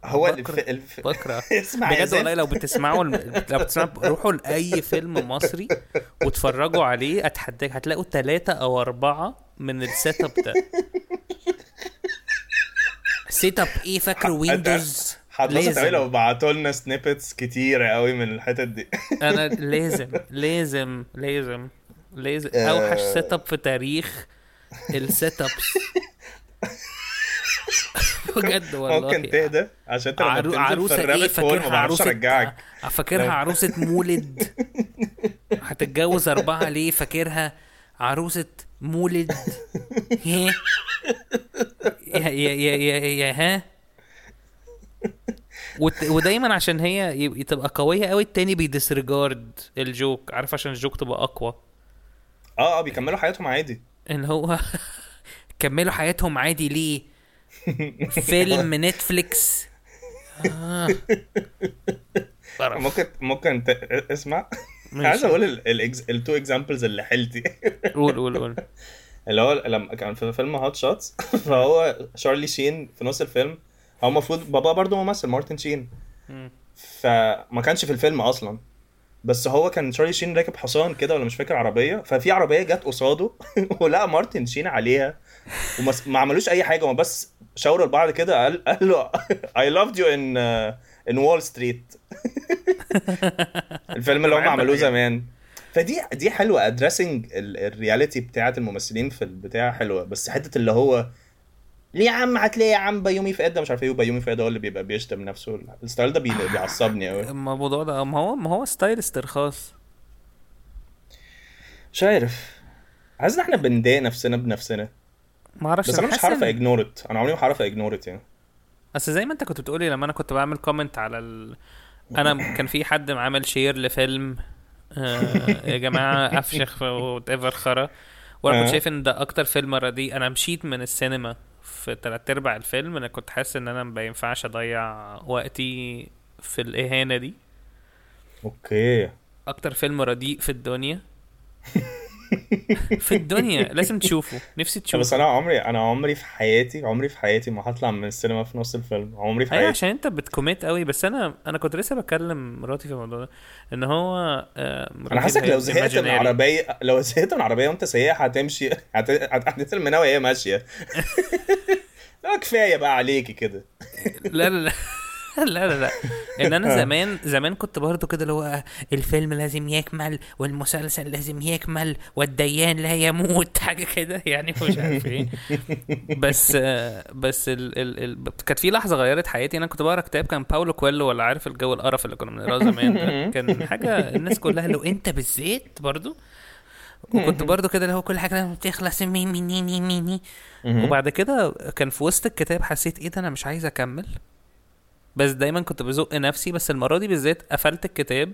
S3: هو
S1: بكره-
S3: الف... الف...
S1: بكره
S3: اسمع يا
S1: بجد
S3: زين.
S1: والله لو بتسمعوا الم- لو بتسمعوا روحوا لاي فيلم مصري واتفرجوا عليه اتحداك هتلاقوا ثلاثة او اربعة من السيت اب ده سيت اب ايه فاكره ويندوز
S3: هتبسط قوي لو بعتوا لنا سنيبتس كتيره قوي من الحتت دي
S1: انا لازم لازم لازم لازم اوحش
S3: آه.
S1: سيت اب في تاريخ السيت ابس بجد والله
S3: ممكن تهدى عشان انت لما
S1: عرو- إيه؟
S3: بتنزل في الرابط فول ما
S1: فاكرها
S3: بعرفش
S1: عروسة
S3: ارجعك
S1: ع- فاكرها
S3: لا.
S1: عروسة مولد هتتجوز أربعة ليه فاكرها عروسة مولد ها يا يا يا يا, يا ها وت- ودايما عشان هي ي- تبقى قوية قوي التاني بيديسريجارد الجوك عارف عشان الجوك تبقى أقوى
S3: اه اه بيكملوا حياتهم عادي
S1: ان هو كملوا حياتهم عادي ليه فيلم نتفليكس آه. قرف.
S3: ممكن ممكن ت... اسمع عايز اقول التو اكزامبلز اللي حيلتي
S1: قول قول قول
S3: اللي هو لما كان في فيلم هوت شوتس فهو شارلي شين في نص الفيلم هو المفروض بابا برضه ممثل مارتن شين فما كانش في الفيلم اصلا بس هو كان شارلي شين راكب حصان كده ولا مش فاكر عربيه ففي عربيه جت قصاده ولقى مارتن شين عليها وما س- ما عملوش اي حاجه هما بس شاوروا لبعض كده قال قال له اي لافد يو ان ان وول ستريت الفيلم اللي هم عملوه زمان فدي دي حلوه ادريسنج الرياليتي بتاعه الممثلين في البتاع حلوه بس حته اللي هو ليه يا عم هتلاقي يا عم بيومي فؤاد ده مش عارف ايه وبيومي فؤاد هو اللي بيبقى بيشتم نفسه الستايل ده بي- بيعصبني قوي
S1: الموضوع ده ما هو ما هو ستايل استرخاص
S3: مش عارف حاسس ان احنا بنضايق نفسنا بنفسنا
S1: ما اعرفش
S3: بس انا مش إيه
S1: حاسس
S3: هعرف
S1: إن-
S3: اجنورت انا عمري ما هعرف اجنورت يعني
S1: اصل زي ما انت كنت بتقولي لما انا كنت بعمل كومنت على ال... انا كان في حد عمل شير لفيلم آه يا جماعه افشخ وات ايفر خرا وانا كنت
S3: آه.
S1: شايف ان ده اكتر فيلم رديء انا مشيت من السينما في تلات ارباع الفيلم انا كنت حاسس ان انا ما ينفعش اضيع وقتي في الاهانه دي
S3: اوكي
S1: اكتر فيلم رديء في الدنيا في الدنيا لازم تشوفه نفسي تشوفه
S3: بس انا عمري انا عمري في حياتي عمري في حياتي ما هطلع من السينما في نص الفيلم عمري في
S1: ايوه
S3: حياتي
S1: عشان انت بتكوميت قوي بس انا انا كنت لسه بكلم مراتي في الموضوع ده ان هو آه، مراتي
S3: انا حاسسك
S1: اللي هي
S3: لو زهقت من
S1: imaginary.
S3: عربيه لو زهقت من عربيه وانت سايق هتمشي هت- هت- هتنزل منها وهي ماشيه لا كفايه بقى عليكي كده
S1: لا لا لا لا لا لا ان انا زمان زمان كنت برضو كده اللي هو الفيلم لازم يكمل والمسلسل لازم يكمل والديان لا يموت حاجه كده يعني مش عارف ايه بس آه، بس ال ال ال كانت في لحظه غيرت حياتي انا كنت بقرا كتاب كان باولو كويلو ولا عارف الجو القرف اللي كنا بنقراه زمان ده كان حاجه الناس كلها لو انت بالذات برضو وكنت برضو كده اللي هو كل حاجه لما بتخلص مي مي ني ني مي ني وبعد كده كان في وسط الكتاب حسيت ايه ده انا مش عايز اكمل بس دايما كنت بزق نفسي بس المره دي بالذات قفلت الكتاب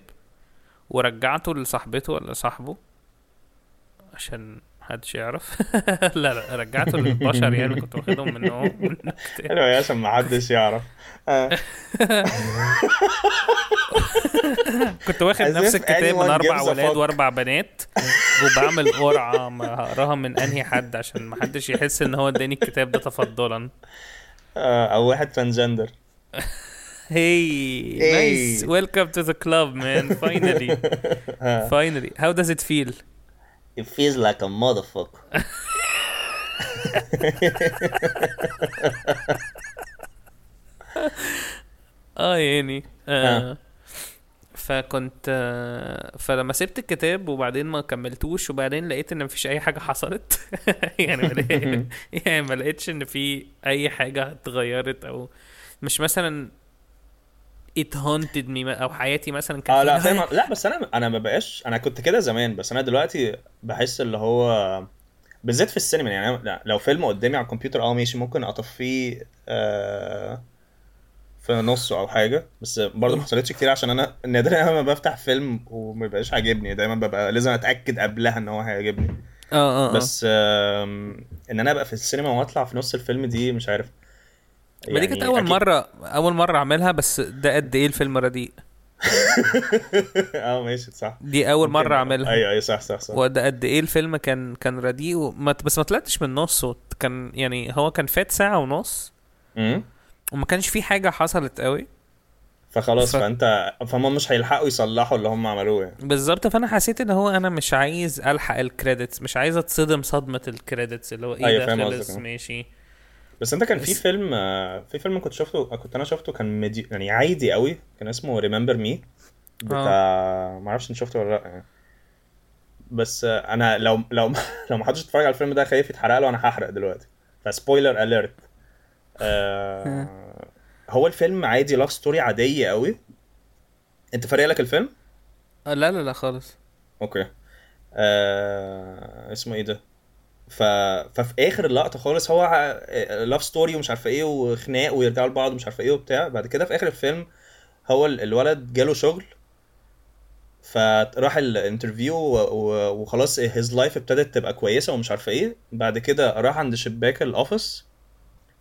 S1: ورجعته لصاحبته ولا صاحبه عشان محدش يعرف لا لا رجعته للبشر يعني كنت واخدهم منهم من الكتاب.
S3: حلو يا عشان ما حدش يعرف آه.
S1: كنت واخد
S3: As
S1: نفس
S3: if
S1: الكتاب من
S3: anyone
S1: اربع
S3: gives a
S1: ولاد
S3: fuck.
S1: واربع بنات وبعمل قرعه ما هقراها من انهي حد عشان محدش يحس ان هو اداني الكتاب ده تفضلا
S3: آه. او واحد ترانسجندر
S1: Hey, nice.
S3: Hey.
S1: Welcome to the club, man. Finally.
S3: آه.
S1: Finally. How does it feel?
S5: It feels like a motherfucker.
S1: اه يعني آه. فكنت آه، فلما سبت الكتاب وبعدين ما كملتوش وبعدين لقيت ان مفيش اي حاجه حصلت يعني ما لقيت- يعني ما لقيتش ان في اي حاجه اتغيرت او مش مثلا it haunted me او حياتي مثلا كان آه،
S3: اه
S1: فيها-
S3: لا فاهم لا بس انا انا ما بقاش انا كنت كده زمان بس انا دلوقتي بحس اللي هو بالذات في السينما يعني أنا- لا، لو فيلم قدامي على الكمبيوتر اه ماشي ممكن اطفيه آه في نصه او حاجه بس برضه ما حصلتش كتير عشان انا نادرا انا ما بفتح فيلم وما بيبقاش عاجبني دايما ببقى لازم اتاكد قبلها ان هو هيعجبني
S1: اه اه بس
S3: بس آم، ان انا ابقى في السينما واطلع في نص الفيلم دي مش عارف
S1: ما دي كانت
S3: يعني
S1: اول
S3: أكيد-
S1: مره اول مره اعملها بس ده قد ايه الفيلم رديء
S3: اه ماشي صح
S1: دي اول
S3: ممكن-
S1: مره اعملها
S3: ايوه ايوه صح صح صح
S1: وده قد ايه الفيلم كان كان رديء وما بس ما طلعتش من نصه كان يعني هو كان فات ساعه ونص
S3: مم.
S1: وما كانش في حاجه حصلت قوي
S3: فخلاص
S1: ف-
S3: فانت فهم مش هيلحقوا يصلحوا اللي هم عملوه يعني
S1: بالظبط فانا حسيت ان هو انا مش عايز الحق الكريدتس مش عايز اتصدم صدمه الكريدتس اللي هو ايه
S3: أيوة،
S1: ده
S3: فاهم
S1: خلص
S3: قصدك.
S1: ماشي
S3: بس انت كان في
S1: بس-
S3: فيلم آه، في فيلم كنت شفته كنت انا شفته كان مدي... يعني عادي قوي كان اسمه ريمبر مي بتاع ما اعرفش ان شفته ولا لا يعني بس آه، انا لو لو لو ما حدش اتفرج على الفيلم ده خايف يتحرق له انا هحرق دلوقتي فسبويلر اليرت آه... هو الفيلم عادي لاف ستوري عاديه قوي انت فارق لك الفيلم؟
S1: آه، لا لا لا خالص
S3: اوكي آه... اسمه ايه ده ف... ففي اخر اللقطه خالص هو لاف ستوري ومش عارفه ايه وخناق ويرجعوا لبعض ومش عارفه ايه وبتاع بعد كده في اخر الفيلم هو ال- الولد جاله شغل فراح الانترفيو و... و... وخلاص هيز لايف ابتدت تبقى كويسه ومش عارفه ايه بعد كده راح عند شباك الاوفيس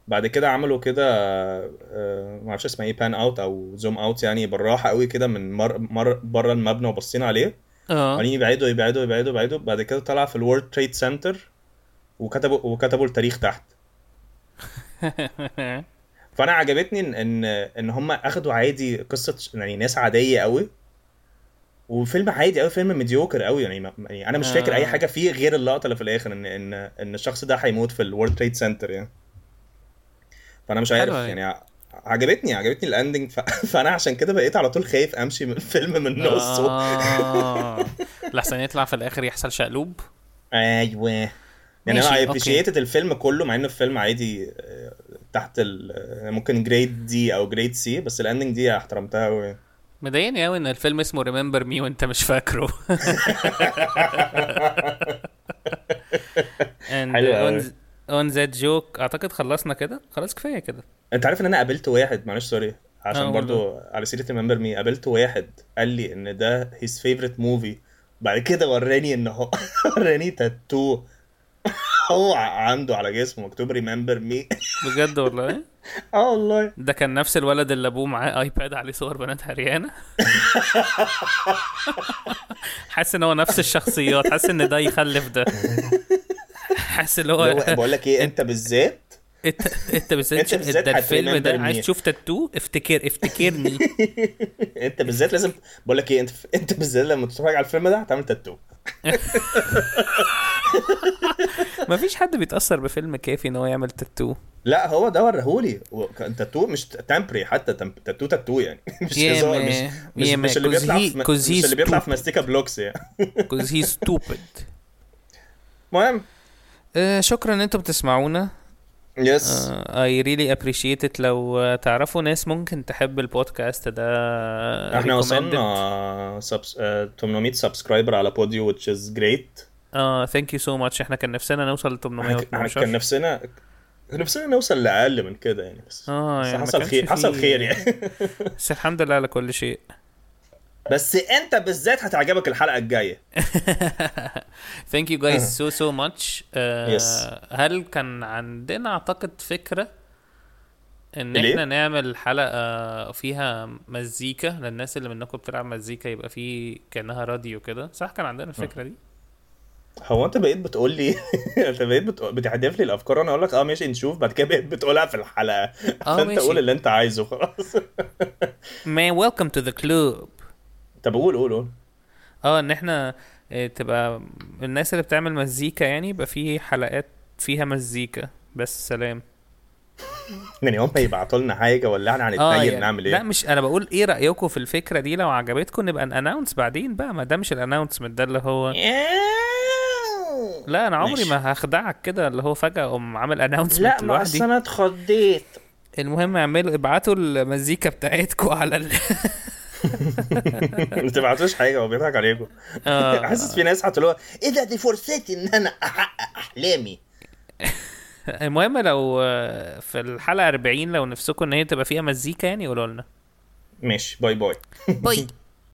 S3: بعد كده عملوا كده آه، ما اعرفش اسمها ايه بان اوت او زوم اوت يعني بالراحه قوي كده من مر... مر... بره المبنى وبصينا عليه
S1: اه
S3: قاعدين يبعدوا يبعدوا يبعدوا يبعدوا بعد كده طلع في الورد تريد سنتر وكتبوا وكتبوا التاريخ تحت فانا عجبتني ان ان, إن هم اخدوا عادي قصه ش- يعني ناس عاديه قوي وفيلم عادي قوي فيلم مديوكر قوي يعني, ما- يعني انا مش فاكر اي
S1: آه.
S3: حاجه فيه غير اللقطه اللي في الاخر ان ان ان الشخص ده هيموت في الورد تريد سنتر يعني فانا مش عارف
S1: حلوة يعني.
S3: يعني ع- عجبتني عجبتني الاندنج ف... فانا عشان كده بقيت على طول خايف امشي من الفيلم من نصه
S1: آه. لحسن يطلع في الاخر يحصل شقلوب
S3: ايوه يعني
S1: ماشي،
S3: انا
S1: أوكي.
S3: ابريشيتد الفيلم كله مع انه الفيلم عادي آه، تحت ال آه، ممكن جريد دي او جريد سي بس الاندنج دي احترمتها قوي
S1: مضايقني قوي ان الفيلم اسمه ريمبر مي وانت مش فاكره And
S3: حلو قوي.
S1: on, on that joke اعتقد خلصنا كده خلاص كفايه كده
S3: انت عارف ان انا قابلت واحد معلش سوري
S1: آه،
S3: عشان
S1: قول
S3: برضو على سيره ريمبر مي قابلت واحد قال لي ان ده هيز فيفرت موفي بعد كده وراني ان هو وراني تاتو هو عنده على جسمه مكتوب ريمبر مي
S1: بجد والله
S3: اه والله
S1: ده كان نفس الولد اللي ابوه معاه ايباد عليه صور بنات عريانه حاسس ان هو نفس الشخصيات حاسس ان ده يخلف ده حاسس اللي
S3: اللي هو
S1: هو
S3: بقول لك ايه انت بالذات
S1: انت انت بالذات
S3: انت بالذات
S1: ده الفيلم ده
S3: هتريمبر
S1: عايز
S3: مي.
S1: تشوف تاتو افتكر افتكرني
S3: انت بالذات لازم بقول لك ايه انت انت بالذات لما تتفرج على الفيلم ده هتعمل تاتو
S1: مفيش حد بيتاثر بفيلم كافي ان هو يعمل تاتو
S3: لا هو ده ورهولي و- كان تاتو مش تمبري حتى تم- تاتو تاتو يعني مش
S1: Yeah,
S3: هزار
S1: man.
S3: مش مش,
S1: Yeah,
S3: مش
S1: man.
S3: اللي
S1: 'Cause
S3: بيطلع
S1: he-
S3: في م-
S1: 'cause
S3: مش
S1: he's
S3: اللي بيطلع
S1: stupid.
S3: في ماستيكا بلوكس يعني
S1: because he's stupid
S3: المهم
S1: آه، شكرا ان انتم بتسمعونا
S3: يس
S1: آه، اي ريلي appreciate it لو آه، تعرفوا ناس ممكن تحب البودكاست ده آه،
S3: احنا
S1: recommended.
S3: وصلنا سبس... آه، 800 سبسكرايبر على بوديو which is great
S1: اه ثانك يو سو ماتش احنا كان نفسنا نوصل ل
S3: احنا ك- احنا
S1: 812
S3: كان نفسنا كان نفسنا نوصل لاقل من كده يعني بس
S1: اه
S3: بس
S1: يعني ما
S3: حصل
S1: كانش
S3: خير
S1: فيه-
S3: حصل خير يعني
S1: بس الحمد لله على كل شيء
S3: بس انت بالذات هتعجبك الحلقه الجايه
S1: ثانك يو جايز سو سو ماتش
S3: Yes.
S1: آه، هل كان عندنا اعتقد فكره ان
S3: ليه؟
S1: احنا نعمل حلقه فيها مزيكا للناس اللي منكم بتلعب مزيكا يبقى في كانها راديو كده صح كان عندنا الفكره دي
S3: هو انت بقيت بتقول لي انت بقيت بتقول... بتحدف لي الافكار وانا اقول لك اه ماشي نشوف بعد كده بقيت بتقولها في الحلقه فانت
S1: آه، ماشي.
S3: قول اللي انت عايزه خلاص
S1: ما ويلكم تو ذا كلوب
S3: طب قول قول قول
S1: اه ان احنا آه، تبقى الناس اللي بتعمل مزيكا يعني يبقى في حلقات فيها مزيكا بس سلام
S3: يعني هم يبعتوا لنا حاجه ولا احنا هنتنيل
S1: يعني
S3: نعمل
S1: لا
S3: ايه؟
S1: مش انا بقول ايه رايكم في الفكره دي لو عجبتكم نبقى نانونس بعدين بقى ما ده مش الانونسمنت ده اللي هو
S5: إيه،
S1: لا انا عمري
S3: ماشي.
S1: ما هخدعك كده اللي هو فجاه اقوم عامل اناونسمنت
S5: لا ما
S1: لوحدي
S5: اصل انا اتخضيت
S1: المهم اعملوا ابعتوا المزيكا بتاعتكم على ال...
S3: ما تبعتوش حاجه هو بيضحك عليكم
S1: آه.
S3: حاسس في ناس هتقولوا
S5: ايه ده دي فرصتي ان انا احقق احلامي
S1: المهم لو آه، في الحلقه 40 لو نفسكم ان هي تبقى فيها مزيكا يعني قولوا لنا
S3: ماشي باي باي
S4: Bye.